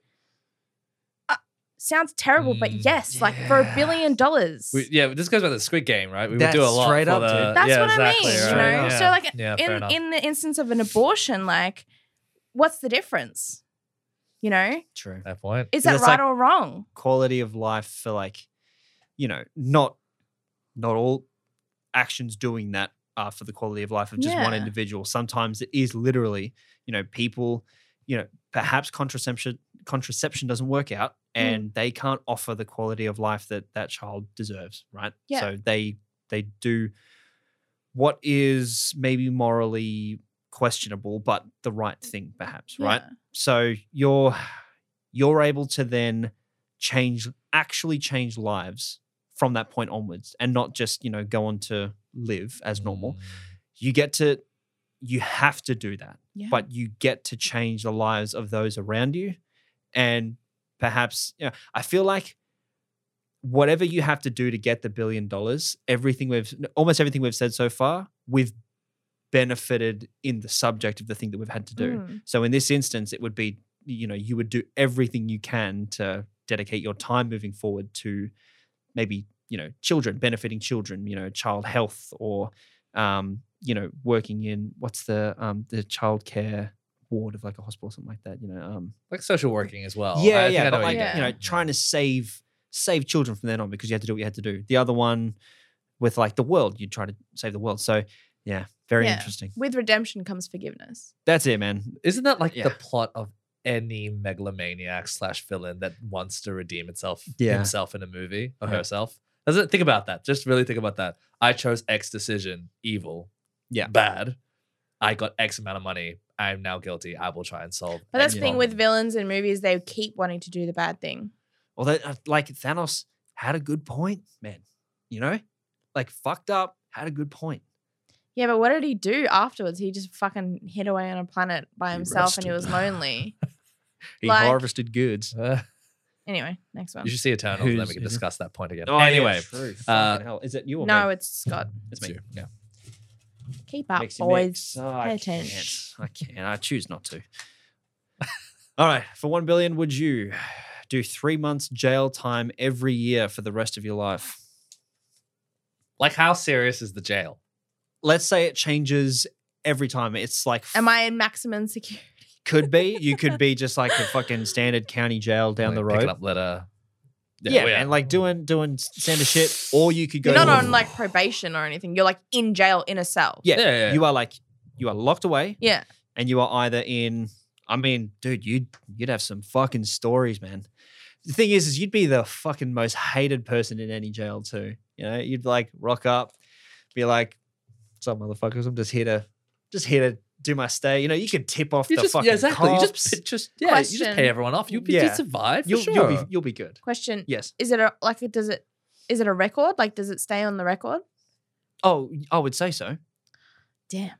uh, sounds terrible, but Mm, yes, like for a yeah. billion dollars. We, yeah, but this goes back to the Squid Game, right? We That's would do a lot. straight for up, dude. the- That's yeah, what I exactly, mean, you right? know. Yeah. So like Yeah, fair in enough. in the instance of an abortion, like what's the difference? You know, True. that point. is Yeah, that it's right like- or wrong? Quality of life for like, you know, not not all actions doing that are for the quality of life of just one Yeah. individual. Sometimes it is literally, you know, people, you know, perhaps contraception contraception doesn't work out Hmm. and they can't offer the quality of life that that child deserves, right? Yeah. So they they do what is maybe morally questionable but the right thing perhaps, right? Yeah. so you're you're able to then change actually change lives from that point onwards and not just you know go on to live as Mm. normal you get to you have to do that Yeah. but you get to change the lives of those around you and perhaps you know, i feel like whatever you have to do to get the billion dollars everything we've almost everything we've said so far we've benefited in the subject of the thing that we've had to do Mm. so in this instance, it would be you know you would do everything you can to dedicate your time moving forward to maybe you know children benefiting children, you know child health or um, you know working in what's the um, the childcare ward of like a hospital or something like that. You know, um, Like social working as well. yeah, Oh, I think I yeah, know but what like you mean. you know mean. trying to save save children from then on because you had to do what you had to do. The other one with like the world, you try to save the world. So yeah, very Yeah. interesting. With redemption comes forgiveness. That's it, man. Isn't that like Yeah. the plot of any megalomaniac slash villain that wants to redeem itself Yeah. Uh-huh. himself in a movie or Yeah. herself? Does it think about that? Just really think about that. I chose X decision, evil, Yeah. bad. I got X amount of money. I'm now guilty. I will try and solve. But that's X the thing problem. with villains in movies; they keep wanting to do the bad thing. Although, uh, like Thanos had a good point, man. You know, like fucked up, had a good point. Yeah, but what did he do afterwards? He just fucking hid away on a planet by He himself, and he was rested. lonely. He Like- harvested goods. Uh, anyway, next one. you should see Eternals, and then Who's- we can discuss that point again. Oh, yeah, anyway, true. uh, Fucking hell. is it you or No, me? it's Scott. it's me. you. Yeah. Keep up, Mixy boys. mix. Oh, I Pay can't. attention. I can't. I choose not to. All right. For one billion, would you do three months jail time every year for the rest of your life? Like, how serious is the jail? Let's say it changes every time. It's like Am I in maximum security? could be. You could be just like the fucking standard county jail down Like, the picking road. up oh, litter. Yeah, well, and like doing doing standard shit, or you could go. You're not to- on like probation or anything. You're like in jail in a cell. Yeah, Yeah, yeah, you are like you are locked away, Yeah. and you are either in. I mean, dude, you'd you'd have some fucking stories, man. The thing is, is you'd be the fucking most hated person in any jail too. You know, you'd like rock up, be like, "Some motherfuckers, I'm just here to, just here to do my stay." You know, you could tip off You the just fucking yeah, exactly. You cops. just just yeah, you just Question. pay everyone off. You Yeah. just survive. For you'll, sure. you'll be you'll be good. Question: Yes. Is it a like? Does it? Is it a record? Like, does it stay on the record? Oh, I would say so. Damn.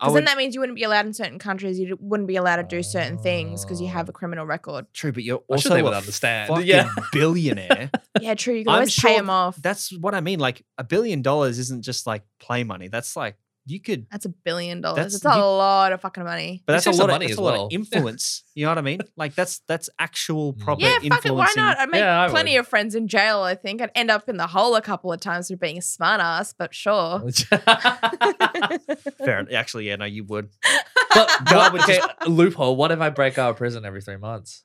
I Because then would, that means you wouldn't be allowed in certain countries. You wouldn't be allowed to do certain things because you have a Oh. criminal record. true, but you're I'm sure also they would a understand. fucking Yeah. billionaire. Yeah, true. You can I'm always pay sure them off. that's what I mean. Like a billion dollars isn't just like play money. That's like you could, That's a billion dollars. That's- It's a you- lot of fucking money. but You that's a save some lot of money that's as a lot well. of influence. you know what I mean? Like that's that's actual Mm. proper Yeah, fuck it. Why influencing. not? I made Yeah, I plenty would. of friends in jail. I think I'd end up in the hole a couple of times for being a smart ass, but Oh, sure. Fair. Actually, yeah, no, you would. but God what, would okay, loophole. What if I break out of prison every three months?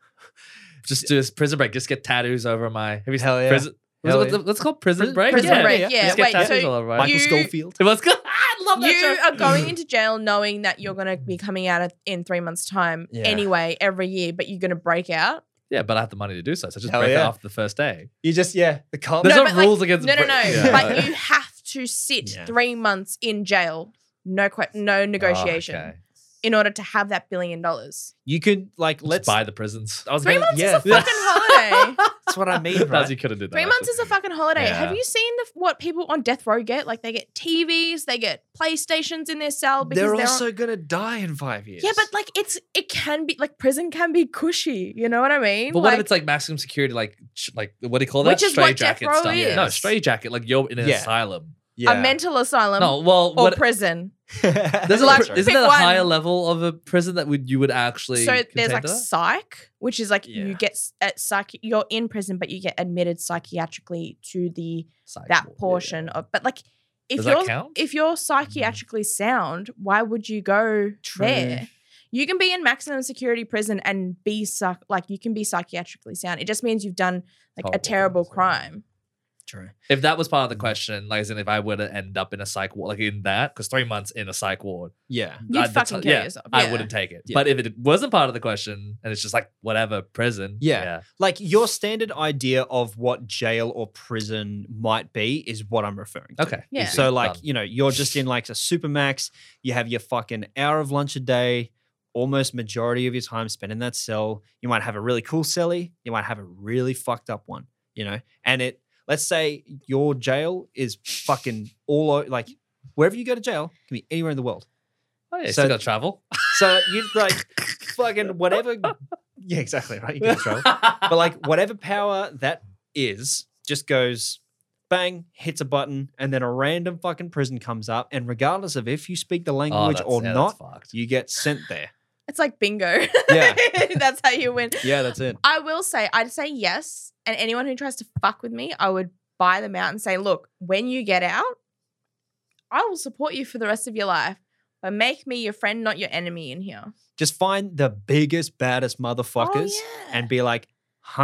Just do this prison break. Just get tattoos over my. Have you seen Hell yeah. prison? what's- Hell what's- yeah. Let's call prison Prison- break. Prison Yeah, break. yeah, Yeah. yeah. Just Wait. get tattoos So all over. Michael my- you- Schofield. Let's go. I love that you show. are going into jail knowing that you're going to be coming out at- in three months' time Yeah. anyway, every year, but you're going to break out. Yeah, but I have the money to do so. So just Hell break it yeah. after the first day. You just yeah, the cop. There's No, no, but, like, rules against No, no, break- no. Yeah. But you have to sit Yeah. three months in jail, no que- no negotiation, Oh, okay. in order to have that billion dollars. you could like Let's let's. buy the prisons. I was Three gonna, months yeah, is a fucking holiday. that's what I mean, Nazi right? could have did that. Three months actually. is a fucking holiday. Have Yeah. you seen the, what people on death row get? Like they get TVs, they get PlayStations in their cell because They're on- also gonna die in five years. yeah, but like it's it can be like prison can be cushy. You know what I mean? But what if it's like maximum security, like ch- like what do you call that? Which is what Death Row is. No, stray jacket. Like you're in an Yeah. asylum. yeah. a mental asylum no, well, or what? prison? there's a, Like, isn't pick there a one. higher level of a prison that would you would actually? So there's contend like to that? psych, which is like you Yeah. get s- at psych, you're in prison, but you get admitted psychiatrically to the Psych that ward, yeah. portion of. But like, if Does you're that count? Mm-hmm. if you're psychiatrically sound, why would you go there? You can be in maximum security prison and be psych- like you can be psychiatrically sound. It just means you've done like Horrible a terrible things, yeah. crime. True. If that was part of the question, like as in if I were to end up in a psych ward, like in that, because three months in a psych ward, Yeah. You'd I'd- that's- fucking kill yeah, yourself. I Yeah. wouldn't take it. Yeah. But if it wasn't part of the question and it's just like whatever prison, Yeah. Like your standard idea of what jail or prison might be is what I'm referring to. okay, Yeah. easy, So like, done. you know, you're just in like a supermax, you have your fucking hour of lunch a day, almost majority of your time spent in that cell. You might have a really cool cellie, you might have a really fucked up one, you know? And it let's say your jail is fucking all over like wherever you go to jail, it can be anywhere in the world. oh, yeah, so- so still got travel. So you'd like fucking whatever Yeah, exactly, right? You can travel but like whatever power that is just goes bang hits a button and then a random fucking prison comes up and regardless of if you speak the Oh, language that's- or yeah, that's not fucked. you get sent there It's like bingo. yeah That's how you win. yeah that's it I will say, I'd say yes. And anyone who tries to fuck with me, I would buy them out and say, look, when you get out, I will support you for the rest of your life, but make me your friend, not your enemy in here. just find the biggest baddest Oh, motherfuckers yeah. and be like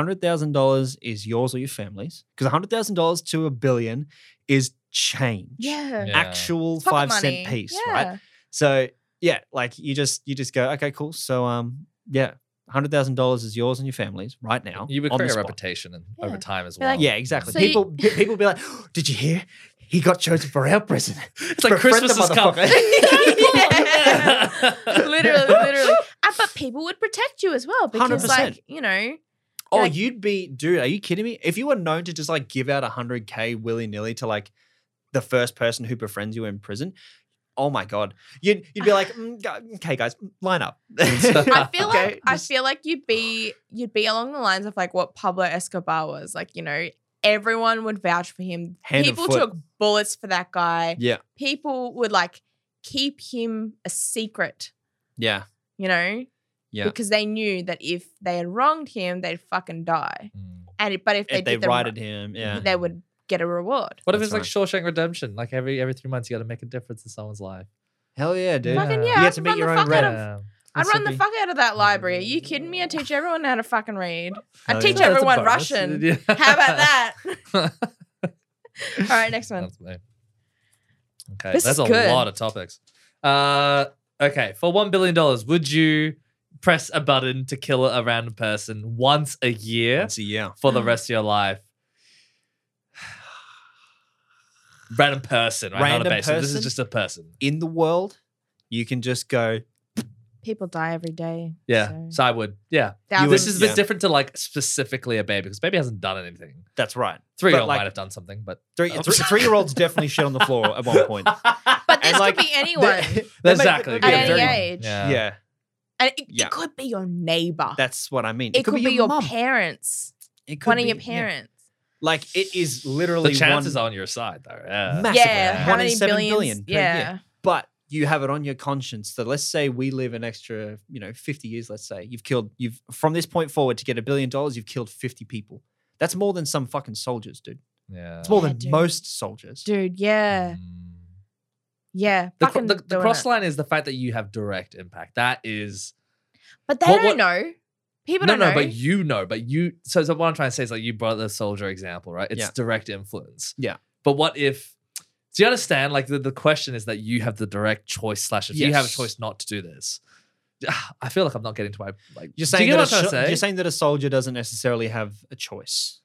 $100000 is yours or your family's because $100000 to a billion is change yeah. Yeah. actual It's pocket five cent money. piece yeah. right So yeah, like you just you just go, okay, cool. So um, yeah, hundred thousand dollars is yours and your family's right now. you would on the create a spot. reputation and Yeah. over time as Be well. like, Yeah, exactly. So you- people pe- people be like, "Oh, did you hear? He got chosen for our president. it's like Befriend the Christmas is coming. Yeah. literally, literally. Uh, but people would protect you as well because, 100%. like, you know, Oh, Like- you'd be, dude. Are you kidding me? If you were known to just like give out hundred k willy nilly to like the first person who befriends you in prison. Oh my god, you'd you'd be like, "Mm, gu- okay, guys, line up. I feel Okay, like I just- feel like you'd be you'd be along the lines of like what Pablo Escobar was. Like, you know, everyone would vouch for him. Hand and People foot. took bullets for that guy. yeah, People would like keep him a secret, yeah, you know? yeah. Because they knew that if they had wronged him, they'd fucking die. Mm. And it, but if they, if they did the righted ri- him, yeah. they would get a reward. What if That's it's like Shawshank Redemption? Like every every three months, you got to make a difference in someone's life. Hell yeah, dude. Fucking yeah, You I'd get to run meet your the own fuck out rep. of I'd run the Mississippi. fuck out of that library. Are you kidding me? I teach everyone how to fucking read. I Hell teach yeah. everyone Russian. How about that? All right, next one. That's me. Okay, This is that's a good. lot of topics. Uh, okay, for one billion dollars, would you press a button to kill a random person once a year Once a year. for the rest of your life? Random person, right? Not a Random base. This person? is just a person. In the world, you can just go. People die every day. Yeah. So- So, I would. Yeah. Thousands. would- this is a yeah. bit different to like specifically a baby because baby hasn't done anything. That's right. Three year But, old like- might have done something, but Three Oh. year olds definitely shit on the floor at one point. but this And, like, could be anyone. That- exactly. that At may- any that may be a very- age. Yeah. and it, Yeah. it could be your neighbor. that's what I mean. it, could, be, your, mum. parents. It could one of your be- yeah. parents. Like it is The literally chances one, are on your side, though. Yeah. Massive. Yeah. Yeah. How One in many seven billions? billion per year. yeah. but you have it on your conscience. So let's say we live an extra, you know, fifty years. Let's say you've killed you've from this point forward to get a billion dollars, you've killed fifty people. That's more than some fucking soldiers, dude. yeah. It's more Yeah, than dude. most soldiers. Dude, yeah. Mm. Yeah. The, cro- Fucking the, the doing cross it. line is the fact that you have direct impact. That is But they What- don't what- know. People no, don't know. no, but you know, but you. So, so what I'm trying to say is like you brought the soldier example, right? It's Yeah. direct influence. Yeah. But what if? Do you understand? Like the, the question is that you have the direct choice slash if you have a Yes. choice not to do this. I feel like I'm not getting to my like. You're do saying, you get that a what I'm trying so- to say? you're saying that a soldier doesn't necessarily have a choice,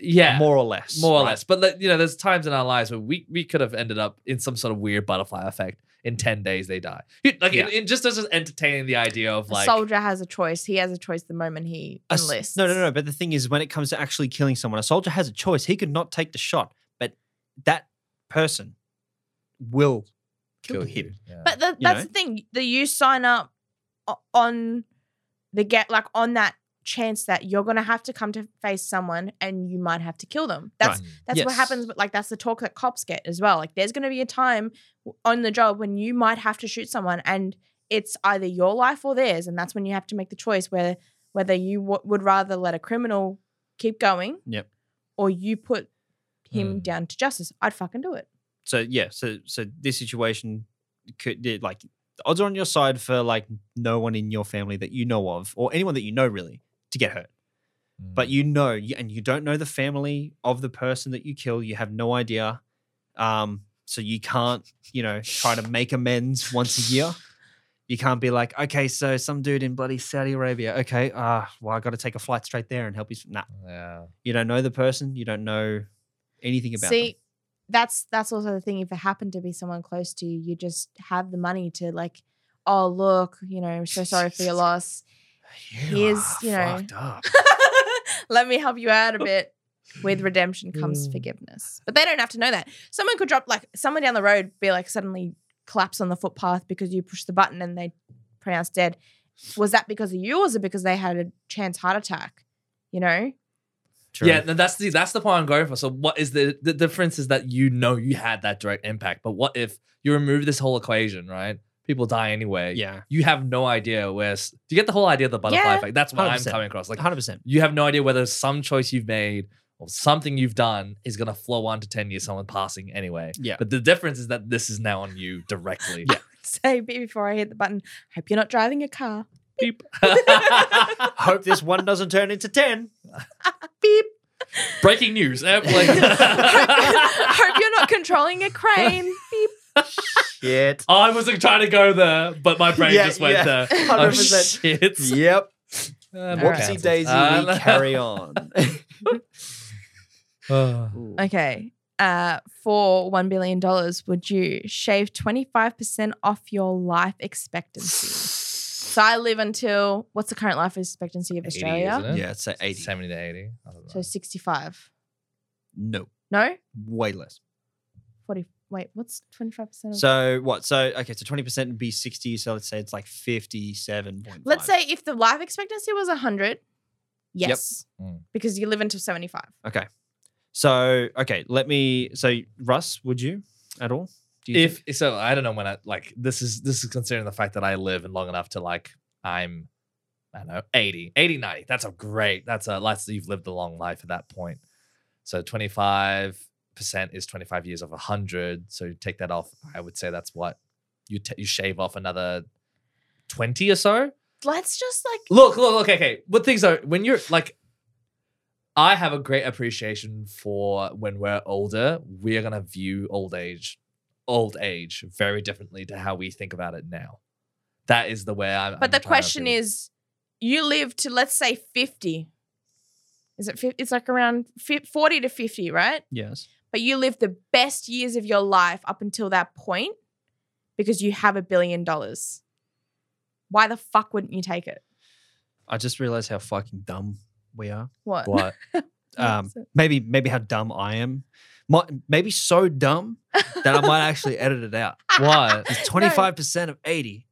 yeah, more, more or less. more or right? less. But like, you know, there's times in our lives where we we could have ended up in some sort of weird butterfly effect. In ten days, they die. You- Like Yeah. in, in just as just entertaining the idea of a like soldier has a choice. He has a choice the moment he A s- enlists. No, no, no. But the thing is, when it comes to actually killing someone, a soldier has a choice. He could not take the shot, but that person will kill, kill him. you. Yeah. But the, You that's know? the thing. That you sign up o- on the get like on that chance that you're gonna have to come to face someone and you might have to kill them. That's Right. that's what Yes. happens. But like that's the talk that cops get as well. Like there's gonna be a time w- on the job when you might have to shoot someone and it's either your life or theirs, and that's when you have to make the choice where whether you w- would rather let a criminal keep going, Yep. or you put him Hmm. down to justice. I'd fucking do it. So yeah, so so this situation could did, like the odds are on your side for like no one in your family that you know of or anyone that you know really to get hurt. Mm. But you know, you- and you don't know the family of the person that you kill. You have no idea. Um, so you can't, you know, try to make amends once a year. You can't be like, okay, so some dude in bloody Saudi Arabia. Okay, ah, well, I got to take a flight straight there and help you. s-" Nah, yeah, you don't know the person. You don't know anything about. See, them. that's that's also the thing. If it happened to be someone close to you, you just have the money to like, oh look, you know, I'm so sorry for your loss. here's, are you know- fucked up. Let me help you out a bit. With redemption comes Mm. forgiveness, but they don't have to know that. Someone could drop like someone down the road, be like suddenly collapse on the footpath because you pushed the button and they pronounced dead. Was that because of you, or was it because they had a chance heart attack? You know, True. Yeah, no, that's the that's the point I'm going for. So what is the the difference is that you know you had that direct impact, but what if you remove this whole equation, right? People die anyway. yeah, You have no idea where s- do you get the whole idea of the butterfly Yeah. effect? That's what i am 100%. coming across. Like hundred percent. you have no idea whether some choice you've made or something you've done is gonna flow on to 10 years someone passing anyway. Yeah. But the difference is that this is now on you directly. Yeah. say before I hit the button. Hope you're not driving a car. Beep. Hope this one doesn't turn into ten. Beep. Breaking news. Eh, Airplane. hope you're not controlling a crane. Beep. Shit. I wasn't trying to go there, but my brain Yeah, just went yeah. there. Hundred Oh, percent. shit. Yep. Uh, Alright. Whoopsie daisy, we Uh, carry on. Oh, Ooh. Okay. Uh, for one billion dollars, would you shave twenty five percent off your life expectancy? So I live until what's the current life expectancy of 80, Australia? isn't it? Yeah, it's at 80. 70 to 80. I don't So know. sixty five. No, No, way less. forty. Wait, what's twenty five percent? So what? So okay, so 20% would be 60. So let's say it's like 57.5. let's say if the life expectancy was hundred, Yep. yes, Mm. because you live until seventy five. Okay. So okay, let me. So Russ, would you at all? Do you if so, I don't know when I like this is this is considering the fact that I live and long enough to like I'm I don't know 80, 80, 90. That's a great. That's a that's you've lived a long life at that point. So 25 percent is 25 years of 100. So you take that off. I would say that's what you t- you shave off another 20 or so. Let's just like Look, look, look, okay, okay. But things are when you're like, I have a great appreciation for when we're older, we are gonna view old age, old age very differently to how we think about it now. That is the way I'm. But the question is, you live to let's say fifty. Is it? fif- It's like around fi- forty to fifty, right? think? yes. But you live the best years of your life up until that point because you have a billion dollars. Why the fuck wouldn't you take it? I just realized how fucking dumb we are. What? what Um, maybe maybe how dumb I am. My, maybe so dumb that I might actually edit it out. what? It's 25% of 80.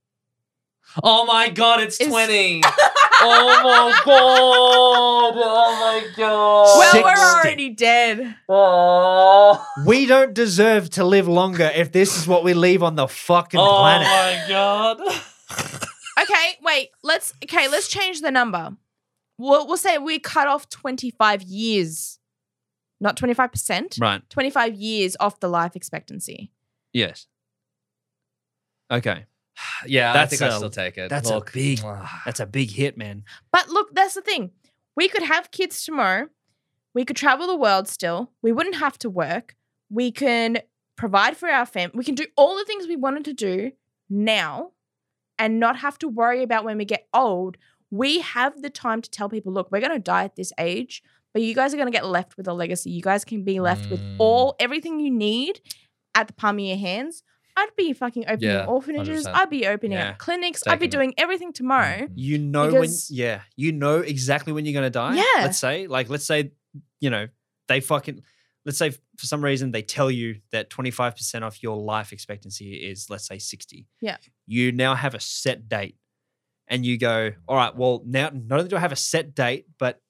Oh my god, it's, It's- twenty. oh my god! Oh my god! well, Sixty. we're already dead. oh, We don't deserve to live longer if this is what we leave on the fucking oh planet. my god! Okay, wait. Let's okay. Let's change the number. We'll, we'll say we cut off twenty five years, not twenty five percent. Right. 25 years off the life expectancy. Yes. Okay. yeah, I That's think a- I still take it. that's a Look, big- That's a big hit, man. But look, that's the thing. We could have kids tomorrow. We could travel the world still. We wouldn't have to work. We can provide for our fam. We can do all the things we wanted to do now and not have to worry about when we get old. We have the time to tell people, look, we're going to die at this age, but you guys are going to get left with a legacy. You guys can be left with Mm. all everything you need at the palm of your hands. I'd be fucking opening Yeah, orphanages. 100%. I'd be opening Yeah. up clinics. I'd Taking be it. doing everything tomorrow. Mhm. You know Because- when, yeah, you know exactly when you're gonna die. Yeah. Let's say, like, let's say, you know, they fucking, let's say for some reason they tell you that 25% off your life expectancy is, let's say, 60. Yeah. You now have a set date, and you go, all right, well, now not only do I have a set date, but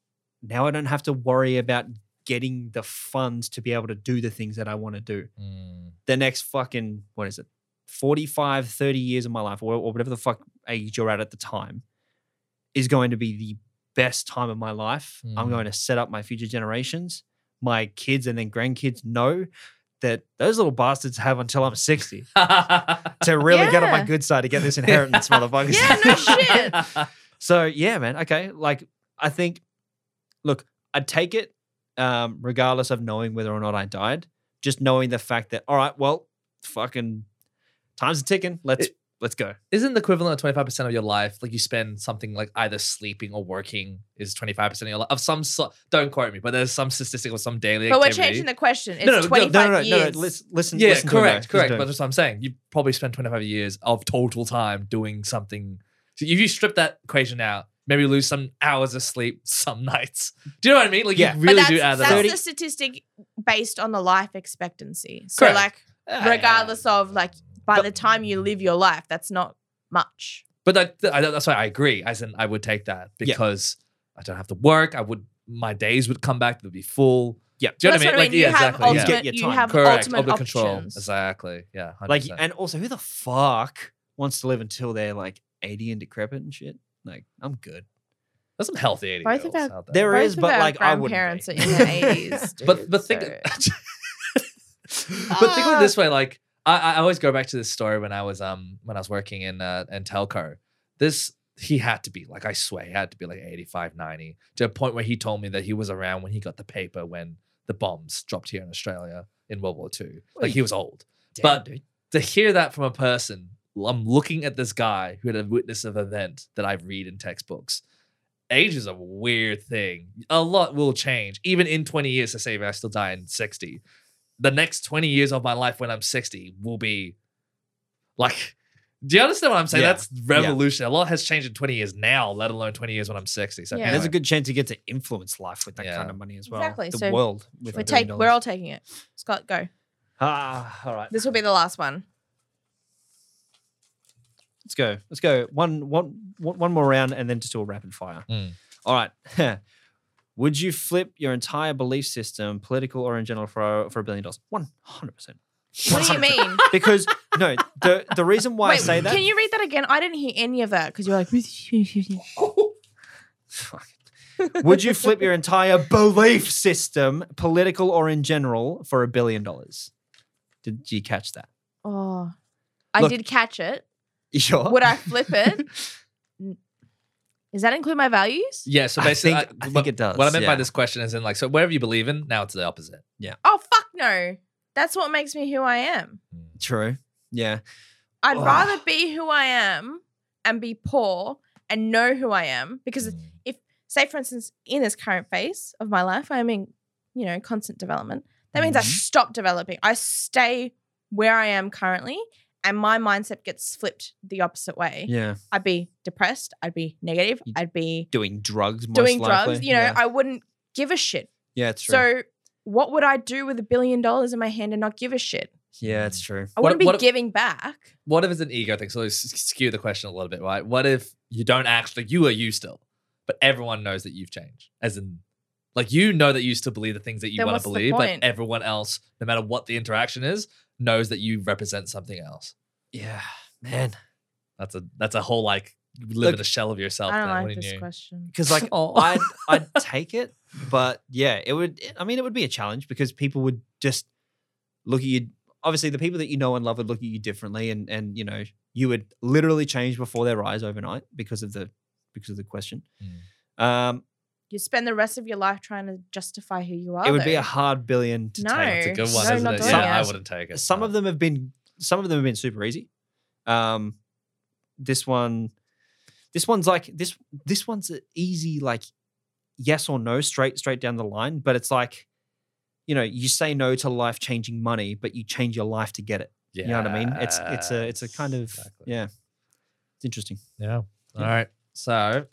now I don't have to worry about getting the funds to be able to do the things that I want to do Mm. the next fucking what is it 45 30 years of my life or, or whatever the fuck age you're at at the time is going to be the best time of my life i'm Mm. going to set up my future generations my kids and then grandkids know that those little bastards have until i'm 60 Mm-hmm. to really get on my Yeah. good side to get this inheritance motherfuckers Yeah, no shit. so yeah, man. Okay, like I think, look, I'd take it, um, regardless of knowing whether or not I died. Just knowing the fact that, all right, well, fucking, time's a ticking. Let's It- let's go. Isn't the equivalent of twenty five percent of your life like you spend something like either sleeping or working is twenty five percent of your life of some sort? Don't quote me, but there's some statistic or some daily. But we're activity. changing the question. It's No, no, no, no, 25 No, no, no, years. no. Listen, listen. Yeah, listen to him, though. correct, Listen to correct. him. But that's what I'm saying. You probably spend 25 years of total time doing something. So if you strip that equation out, maybe you lose some hours of sleep some nights. Do you know what I mean? Like Yeah. But you but really that's, do add that's that. up. the statistic based on the life expectancy. So Correct. like Ah, yeah. regardless of like by But- the time you live your life, that's not much. But that, that- I- that's why I agree. As in, I would take that Yeah. because I don't have to work. I would. My days would come back. They'd be full. Yeah. Do you know That's what I mean? Like You yeah, have exactly. You yeah. get ultimate, your you time. have Correct. ultimate Ultimate control. options. Exactly. Yeah. 100%. like, and also, who the fuck wants to live until they're like 80 and decrepit and shit? Like, I'm good. there's some healthy idiots Both of our- out there. There Both is, of but our like, I wouldn't. grandparents be. are in their 80s. but but think so- but think of Ah. it this way like I, I always go back to this story when i was um when i was working in uh in telco this he had to be like i swear he had to be like 85 90 to a point where he told me that he was around when he got the paper when the bombs dropped here in australia in world war ii like he was old Damn, But- dude. to hear that from a person, I'm looking at this guy who had a witness of event that I read in textbooks. Age is a weird thing. A lot will change, even in 20 years. To say if I still die in 60, the next 20 years of my life when I'm 60 will be like. Do you understand what I'm saying? Yeah. That's revolutionary. A lot has changed in 20 years now, let alone 20 years when I'm 60. So Yeah. And there's a anyway, good chance you get to influence life with that Yeah. kind of money as well. Exactly, The so world. With We're, a billion take, we're dollars. all taking it. Scott, go. Ah, all right. This will be the last one. Let's go. Let's go. One, one, one one more round, and then just do a rapid fire. Mm. All right. Would you flip your entire belief system, political or in general, for for a billion dollars? One hundred percent. What do you mean? Because no, the the reason why I Wait, say that. can you read that again? I didn't hear any of that because you're like, Fuck. Would you flip your entire belief system, political or in general, for a billion dollars? Did you catch that? oh, I Look- did catch it. You sure? Would I flip it? Does that include my values? yeah. So I basically, think- I think what- it does, What I meant yeah. by this question is in like, so whatever you believe in, now it's the opposite. Oh fuck no. That's what makes me who I am. True. Yeah. I'd Ugh. rather be who I am and be poor and know who I am because Mm. say for instance in this current phase of my life I'm in, you know, constant development. That means I Mhm. stop developing. I stay where I am currently and my mindset gets flipped the opposite way. Yeah. I'd be depressed, I'd be negative, You- I'd be Doing drugs. Most doing likely. drugs, you know, Yeah. I wouldn't give a shit. yeah, it's true. So what would I do with a billion dollars in my hand and not give a shit? yeah, it's true. I What- wouldn't be what- giving back. what if it's an ego thing? So let's s- skew the question a little bit, right? What if you don't actually you are you still, but everyone knows that you've changed, as in, like you know that you still believe the things that you Then want what's to the believe, point? but everyone else, no matter what the interaction is, knows that you represent something else. Yeah, man. That's a that's a whole like you live Look, in a shell of yourself. I don't then, like wouldn't this you? question. Because like Oh. I'd I'd take it, but yeah, it would. I mean, it would be a challenge because people would just look at you. Obviously, the people that you know and love would look at you differently, and and you know you would literally change before their eyes overnight because of the because of the question. Mm. Um, You spend the rest of your life trying to justify who you are. it would be though. a hard billion to No. take. It's a good No, one, not isn't it? doing Yeah, I it. wouldn't take it. Some no. of them have been some of them have been super easy. Um, this one, this one's like this this one's a easy like yes or no straight straight down the line, but it's like you know you say no to life changing money, but you change your life to get it. yeah. You know what I mean? It's it's a it's a kind of yeah. It's interesting. Yeah. All Yeah. right. So,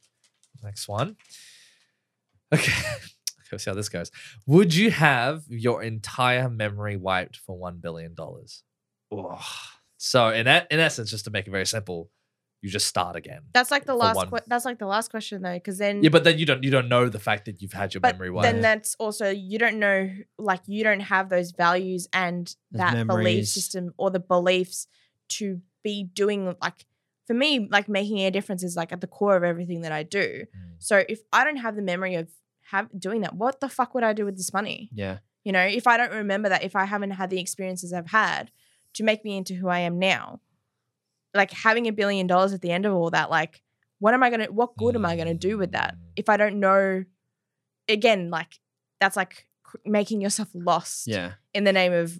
next one. Okay. Let's see how this goes. Would you have your entire memory wiped for $1 billion? So, in, e- in essence, just to make it very simple, you just start again. That's like the for last. one. Que- that's like the last question though, because then yeah, but then you don't you don't know the fact that you've had your But memory wiped. then that's also you don't know like you don't have those values and Those that belief memories. system or the beliefs to be doing like for me like making a difference is like at the core of everything that I do. Mm. So if I don't have the memory of have doing that, what the fuck would I do with this money? Yeah. You know, if I don't remember that, if I haven't had the experiences I've had to make me into who I am now, like having a billion dollars at the end of all that, like, what am I gonna, what good am I gonna do with that Mm. if I don't know? Again, like, that's like cr- making yourself lost Yeah. in the name of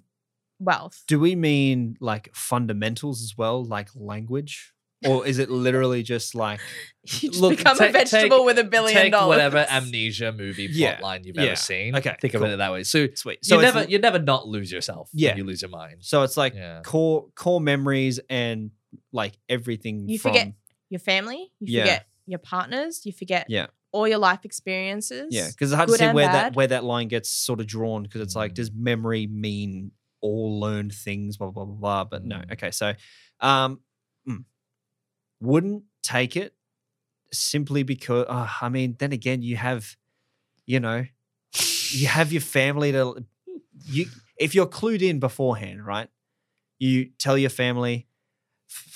wealth. Do we mean like fundamentals as well, like language? Or is it literally just like you just Look, become take- a vegetable take- with a billion Take dollars. whatever amnesia movie Yeah. plotline you've Yeah. ever seen. Okay, Think cool. of it that way. So, sweet? you it's never l- you never not lose yourself. when Yeah. you lose your mind. so it's like Yeah. core core memories and like everything. You from, forget- your family, you Yeah. forget your partners, you forget Yeah. all your life experiences. Yeah, because it's hard to good see and where bad. that where that line gets sort of drawn. Because it's like, Mm. does memory mean all learned things? Blah blah blah. blah but no, Mm. okay. So, um, mm, wouldn't take it simply because. Uh, I mean, then again, you have, you know, you have your family to you if you're clued in beforehand, right? You tell your family,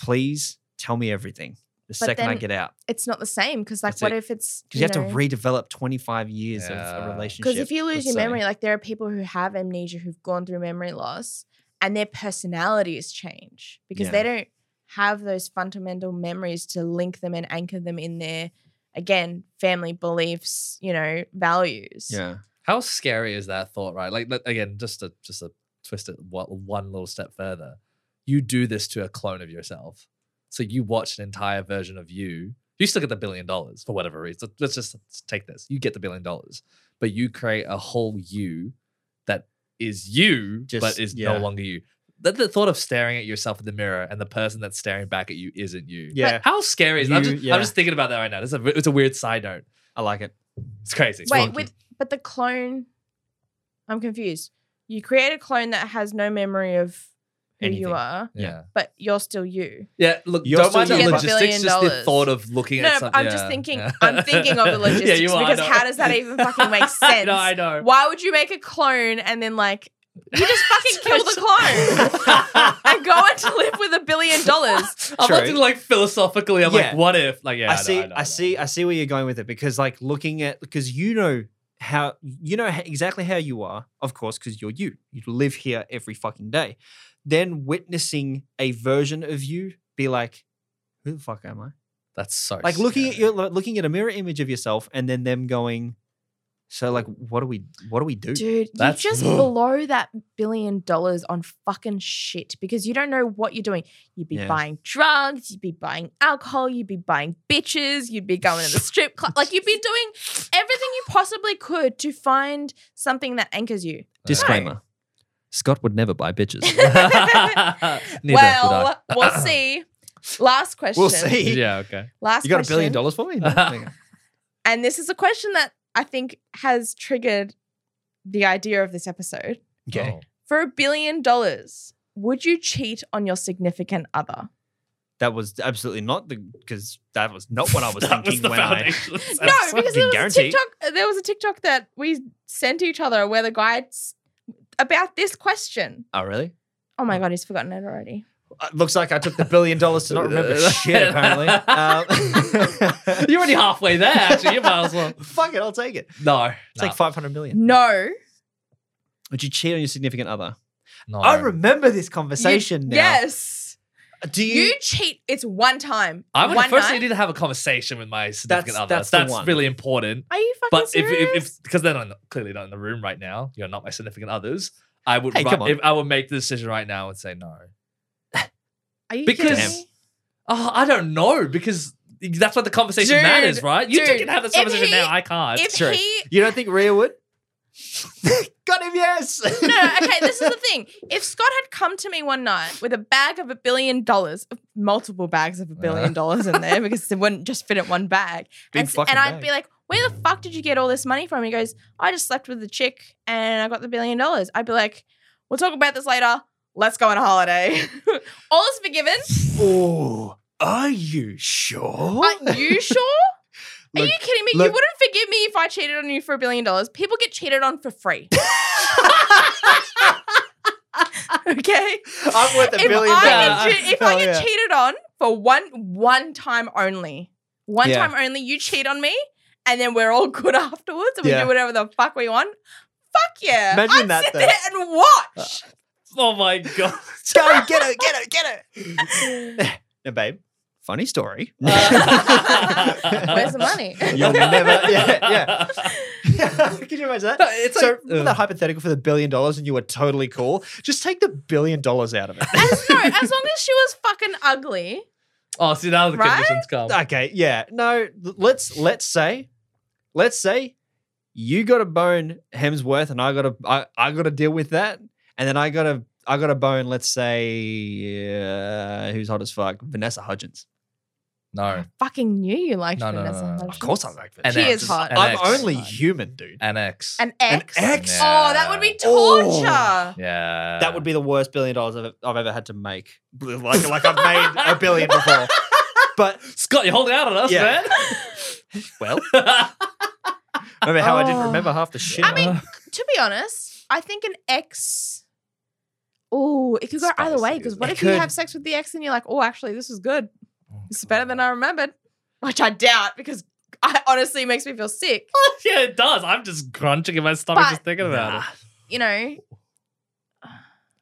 please tell me everything the second I then- get out. It's not the same because, like, That's what it. if it's Because you have know, to redevelop 25 years Yeah. of a 'Cause relationship. Because if you lose let's your say. memory, like there are people who have amnesia who've gone through memory loss and their personalities change because they don't have those fundamental memories to link them and anchor them in their, again, family beliefs, you know, values. yeah, How scary is that thought, right? Like like, again, just to just to twist it one, one little step further, you do this to a clone of yourself. So you watch an entire version of you. You still get the billion dollars for whatever reason. Let's just let's take this. You get the billion dollars, but you create a whole you that is you, but Just- is yeah. no longer you. The, the thought of staring at yourself in the mirror and the person that's staring back at you isn't you. yeah, How scary is that? I'm You- just, yeah. I'm just thinking about that right now. It's a, it's a weird side note. I like it. It's crazy. Wait, wonky. with but the clone, I'm confused. You create a clone that has no memory of who Anything. you are, Yeah. yeah. but you're still you. Yeah, look, You're don't still mind the getting the logistics, billion just the dollars. thought of looking No, at no, something. but I'm just thinking- I'm thinking of the logistics because I know. how does that even fucking make I sense? know, I know. Why would you make a clone and then like you just fucking kill the clone and go on to live with a billion dollars? I'm True. not like philosophically, I'm like, Yeah. what if? Like, yeah, I know, see, I, know, know. see, I see where you're going with it because, like, looking at because you know how you know h- exactly how you are, of course, because you're you. You live here every fucking day. Then witnessing a version of you be like, who the fuck am I? That's so Like looking at scary. your like, looking at a mirror image of yourself, and then them going, so like, what do we, what do we do? Dude, you That's- just blow that billion dollars on fucking shit because you don't know what you're doing. You'd be Yeah. buying drugs, you'd be buying alcohol, you'd be buying bitches, you'd be going to the strip club. Like you'd be doing everything you possibly could to find something that anchors you. Disclaimer: Scott would never buy bitches. Neither well, did I. we'll see. Last question. we'll see. yeah, okay. Last You got a question. billion dollars for me? No? Okay. And this is a question that I think has triggered the idea of this episode. Okay. Oh. For a billion dollars, would you cheat on your significant other? That was absolutely not the because that was not what I was thinking when I. foundation. no, That's because fucking there was a guaranteed. TikTok. There was a TikTok that we sent to each other where the guy s- about this question. Oh really? Oh my god, he's forgotten it already. Uh, looks like I took the billion dollars to not remember shit. Apparently, um, You're already halfway there, actually. You might as well. Fuck it, I'll take it. No. It's nah, like five hundred million. No, Would you cheat on your significant other? no. I remember this conversation You- now. Yes, Do you? You cheat. It's one time. I would one first night? need to have a conversation with my significant That's- other. that's That's, the one. really important. Are you fucking But if serious? if because they're not in the- clearly not in the room right now, you're not my significant others. I would Hey, ri- come on. if I would make the decision right now and say no. Are you because- kidding me? Oh, I don't know because that's what the conversation Dude, matters, right? You two dude, can have this if conversation he- now. I can't. if true. he you don't think Rhea would? Got him, yes. no, no, okay, this is the thing. If Scott had come to me one night with a bag of a billion dollars, multiple bags of a billion Uh. dollars in there, because it wouldn't just fit in one bag, Big and, s- fucking and I'd bag. be like, where the fuck did you get all this money from? He goes, I just slept with the chick and I got the billion dollars. I'd be like, we'll talk about this later. Let's go on a holiday. all is forgiven. Oh, are you sure? Are you sure? Are Look, you kidding me? you look- wouldn't forgive me if I cheated on you for a billion dollars. People get cheated on for free. okay. I'm worth a if billion I dollars. get, che- if I Hell get yeah. cheated on for one one time only, one Yeah. time only, you cheat on me, and then we're all good afterwards, and we Yeah. do whatever the fuck we want. Fuck yeah! Imagine I'd that, sit though. there and watch. oh my god. Go get her, get her, get Uh, her. now, babe, funny story. Uh, Where's the money? You'll never- yeah, Can you imagine No, that? it's so, uh. like- remember that hypothetical for the billion dollars and you were totally cool? Just take the billion dollars out of it. As, no, as long as she was fucking ugly. Oh, see now the Right? conditions come. okay, yeah. No, l- let's let's say, let's say you gotta bone Hemsworth and I gotta I, I gotta deal with that. And then I gotta I gotta bone, let's say uh, who's hot as fuck? Vanessa Hudgens. No, Fucking knew you liked No, no, no, Vanessa. no, no. Hudgens. Of course I like An Vanessa. She ex. is hot. An I'm ex. only human, dude. an ex. An ex. An ex? Oh, that would be torture. Yeah. Uh. That would be the worst billion dollars I've, I've ever had to make. Like, like I've made a billion before. But, Scott, you're holding out on us, Yeah. well, man. remember how I didn't Oh. remember half the shit. I mean, to be honest, I think an ex. Oh, it could go either way. Spicy, Because isn't what it? if It you could. have sex with the ex and you're like, oh, actually, this was good. It's better than I remembered, which I doubt because I honestly it makes me feel sick. yeah, it does. I'm just crunching in my stomach But- just thinking about it. You know,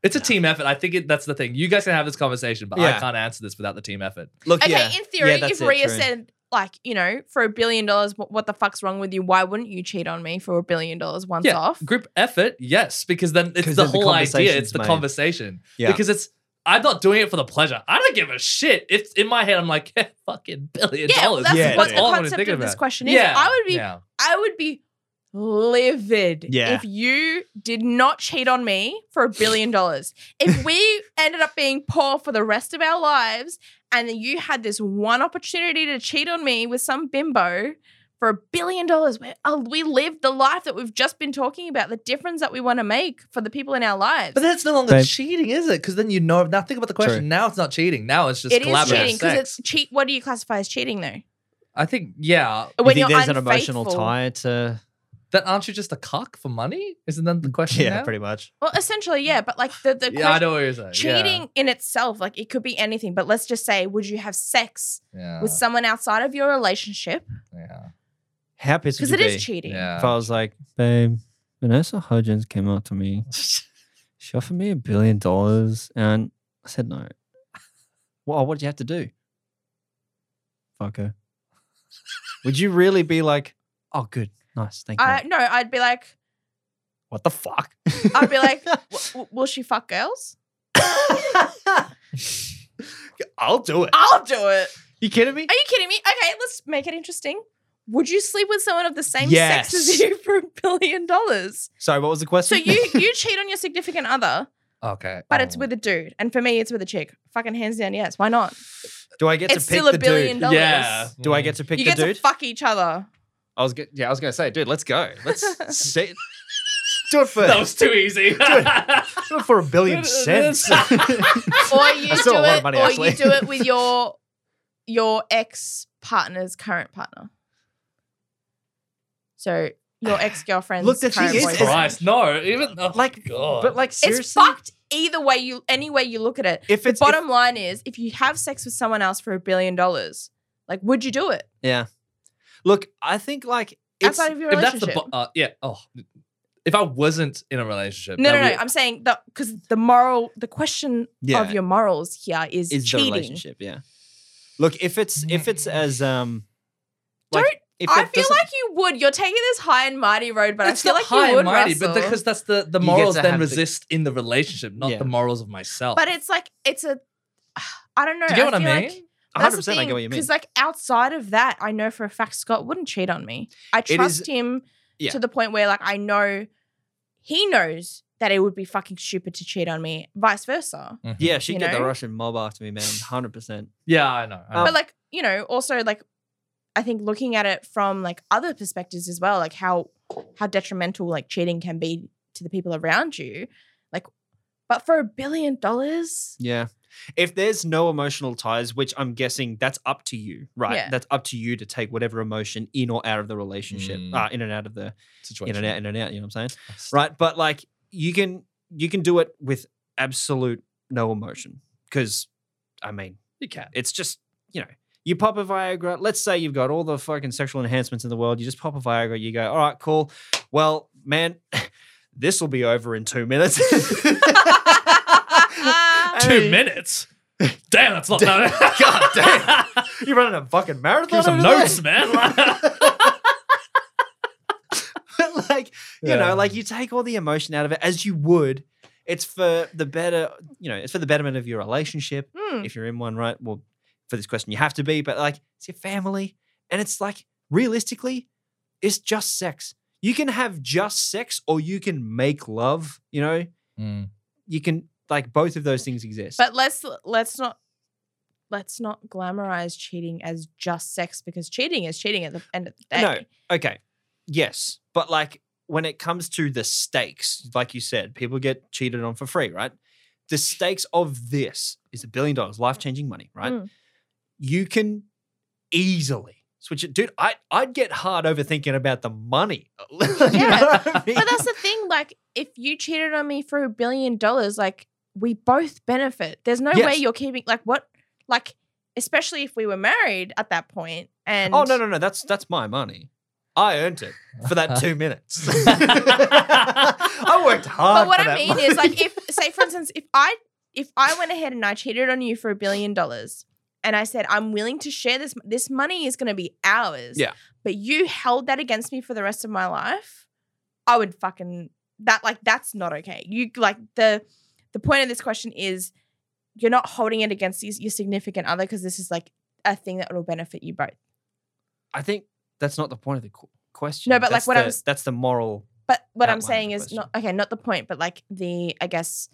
It's a team effort. I think it, that's the thing. You guys can have this conversation, but Yeah. I can't answer this without the team effort. look, okay. yeah. In theory, that's if it, Rhea true. said like, you know, for a billion dollars, what, what the fuck's wrong with you? Why wouldn't you cheat on me for a billion dollars once Yeah, off? Group effort, yes, because then 'Cause it's the then the whole idea. conversation's It's the made. conversation. Yeah. Because it's I'm not doing it for the pleasure. I don't give a shit. It's in my head. I'm like, yeah, fucking billion Yeah, well, dollars. that's Yeah, what dude. the all I'm concept thinking of this about. question is. Yeah, I would be yeah. I would be livid Yeah. if you did not cheat on me for a billion dollars. If we ended up being poor for the rest of our lives and then you had this one opportunity to cheat on me with some bimbo for a billion dollars, we, uh, we lived the life that we've just been talking about, the difference that we want to make for the people in our lives. But that's no longer Babe. cheating, is it? Because then you know. Now think about the question. True. Now it's not cheating. Now it's just it is collaborative cheating because sex. it's cheat. What do you classify as cheating though? I think yeah. You think there's an emotional unfaithful. tie to. That aren't you just a cock for money? Isn't that the question? Mm, Yeah, now? pretty much. Well, essentially, yeah. But like the the Yeah, I question- know what you're saying. Yeah, cheating in itself, like it could be anything. But let's just say, would you have sex Yeah. Uh. with someone outside of your relationship yeah. How pissed would because you it is be cheating. If I was like, babe, Vanessa Hudgens came up to me. She offered me a billion dollars and I said no. Well, what did you have to do? Fuck her. Would you really be like, oh, good, nice, thank you. I no, I'd be like, What the fuck? I'd be like, w- w- will she fuck girls? I'll do it. I'll do it. You kidding me? Are you kidding me? Okay, let's make it interesting. Would you sleep with someone of the same sex Yes. as you for a billion dollars? Sorry, what was the So question? you you cheat on your significant other, Okay. but it's oh. with a dude, and for me, it's with a chick. Fucking hands down, yes. Why not? do I get it's to pick still a the billion dude? dollars. Yeah. Do I get to pick you the get dude? to fuck each other. I was get, yeah, I was gonna say, dude, let's go. Let's say, do it for That was too easy. do it for a billion cents. or you That's do still a lot of it, money, or actually. you do it with your your ex partner's current partner. So your ex girlfriend's Look, the thing current is- boyfriend. Christ, no. Even oh, like, God. but like seriously, it's fucked either way you any way you look at it. if it's if- Bottom line is, if you have sex with someone else for a billion dollars, like would you do it yeah. Look, I think like it's outside of your if that's the relationship? bo- uh, yeah. Oh, if I wasn't in a relationship, No, that no, no. would- I'm saying that because the moral, the question Yeah. of your morals here is, is the cheating. Mm. relationship. Yeah. Look, if it's if it's as um, Don't- If I it feel doesn't- like you would. You're taking this high and mighty road, but It's I feel not like high you would and mighty, but Russell. because that's the the You get morals to then have the- resist in the relationship, not Yeah. the morals of myself. But it's like it's a. I don't know. Do you get what I feel mean? Like, that's 100. the percent I get what you mean. Because like outside of that, I know for a fact Scott wouldn't cheat on me. I It is- trust him Yeah. to the point where like I know he knows that it would be fucking stupid to cheat on me. Vice versa. Mhm. Yeah, she you would get the know? Russian mob after me, man. 100. percent yeah, I know. I know. But like you know, also like I think looking at it from like other perspectives as well, like how how detrimental like cheating can be to the people around you, like. But for a billion dollars, Yeah. If there's no emotional ties, which I'm guessing that's up to you, right? Yeah. That's up to you to take whatever emotion in or out of the relationship, Mm. uh, in and out of the in situation. and out, in and out. You know what I'm saying? right? But like you can you can do it with absolute no emotion because I mean You can. it's just you know you pop a Viagra. Let's say you've got all the fucking sexual enhancements in the world. You just pop a Viagra. You go, all right, cool. Well, man, this will be over in two minutes. Uh, I Two mean, minutes. Damn, that's not Damn. that. God damn. You're running a fucking marathon. Give me some over there? notes, man. But, like you Yeah. know, like you take all the emotion out of it as you would. It's for the better, you know, it's for the betterment of your relationship. Hmm. If you're in one, right? Well, for this question, you have to be, but like it's your family. And it's like, realistically, it's just sex. You can have just sex or you can make love, you know? Mm. You can, like, both of those things exist. But let's let's not let's not glamorize cheating as just sex because cheating is cheating at the end of the day. No. Okay. Yes. But like when it comes to the stakes, like you said, people get cheated on for free, right? The stakes of this is a billion dollars, life changing money, right? Mm. You can easily switch it. Dude, I, I'd get hard over thinking about the money. You know what I mean? But that's the thing. Like, if you cheated on me for a billion dollars, like we both benefit. There's no way Yes. you're keeping like what like especially if we were married at that point and oh, no, no, no. That's, that's my money. I earned it for that two minutes. I worked hard. But what for I that mean is money. like if say for instance if I if I went ahead and I cheated on you for a billion dollars and I said I'm willing to share this this money is going to be ours. Yeah. But you held that against me for the rest of my life. I would fucking that like that's not okay. You like the the point of this question is you're not holding it against your, your significant other because this is like a thing that will benefit you both. I think that's not the point of the qu- question. No, but, like, That's what the, I was- That's the moral But what outline I'm of saying the is not question. okay, not the point, but like the I guess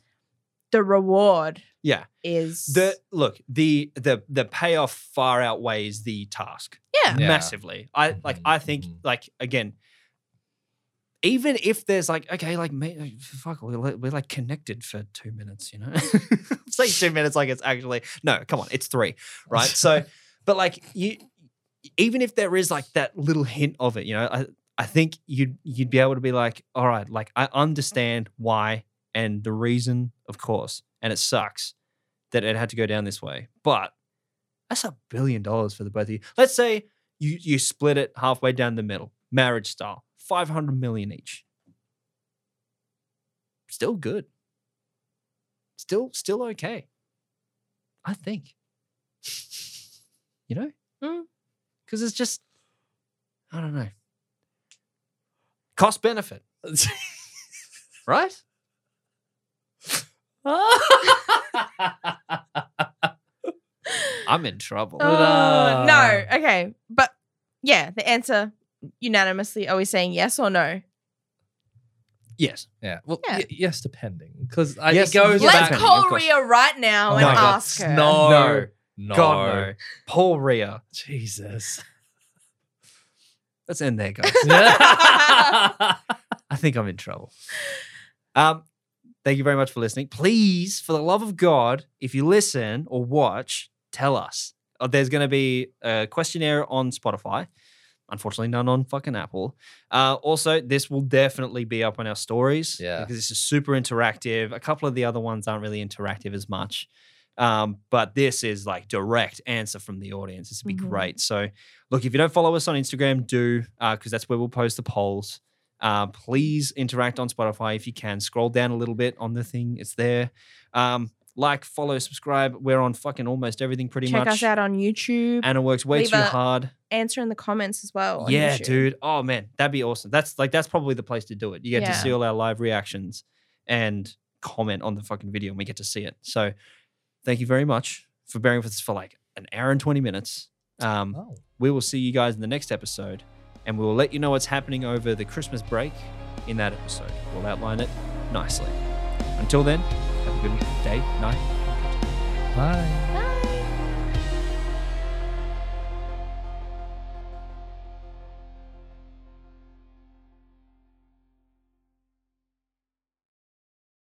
the reward Yeah. is The look, the the the payoff far outweighs the task Yeah. Yeah. massively. I like Mhm, I think mhm. like again even if there's like okay like ma- like, fuck we're, li- we're like connected for 2 minutes, you know. Say 2 minutes like it's actually no, come on, it's 3, right? So but like you even if there is like that little hint of it, you know, I I think you'd you'd be able to be like, all right, like I understand why and the reason, of course, and it sucks that it had to go down this way. But that's a billion dollars for the both of you. Let's say you you split it halfway down the middle, marriage style, five hundred million each. Still good. Still, still okay. I think. You know? Mm. Because it's just, I don't know. Cost benefit, right? I'm in trouble. Oh. Oh, no. Ah. Okay. But yeah, the answer unanimously are we saying yes or no? Yes. yeah. Well, Yeah. y- yes, depending, because I Yes, it goes yes, back. Let's depending, call of course. Ria right now Oh and No. my God, ask her. No, No. no, God, no. Paul Rhea. Jesus. Let's end there, guys. Thank I think I'm in trouble. Um, thank you very much for listening. Please, for the love of God, if you listen or watch, tell us. Uh, There's going to be a questionnaire on Spotify. Unfortunately, none on fucking Apple. Uh, also, this will definitely be up on our stories Yeah. because this is super interactive. A couple of the other ones aren't really interactive as much, um, but this is like direct answer from the audience. This would be Mhm. uh, great. So, look, if you don't follow us on Instagram, do because that's where we'll post the polls. Uh, please interact on Spotify if you can. Scroll down a little bit on the thing, it's there. Um, like, follow, subscribe. We're on fucking almost everything pretty Check much. us out on YouTube. Anna works way Leave too a- hard. Answer in the comments as well. on yeah, YouTube. dude. Oh man, that'd be awesome. That's like that's probably the place to do it. You get to Yeah. see all our live reactions and comment on the fucking video, and we get to see it. So, thank you very much for bearing with us for like an hour and twenty minutes. Um, Oh. we will see you guys in the next episode, and we will let you know what's happening over the Christmas break. In that episode, we'll outline it nicely. Until then, have a good day, night. Bye.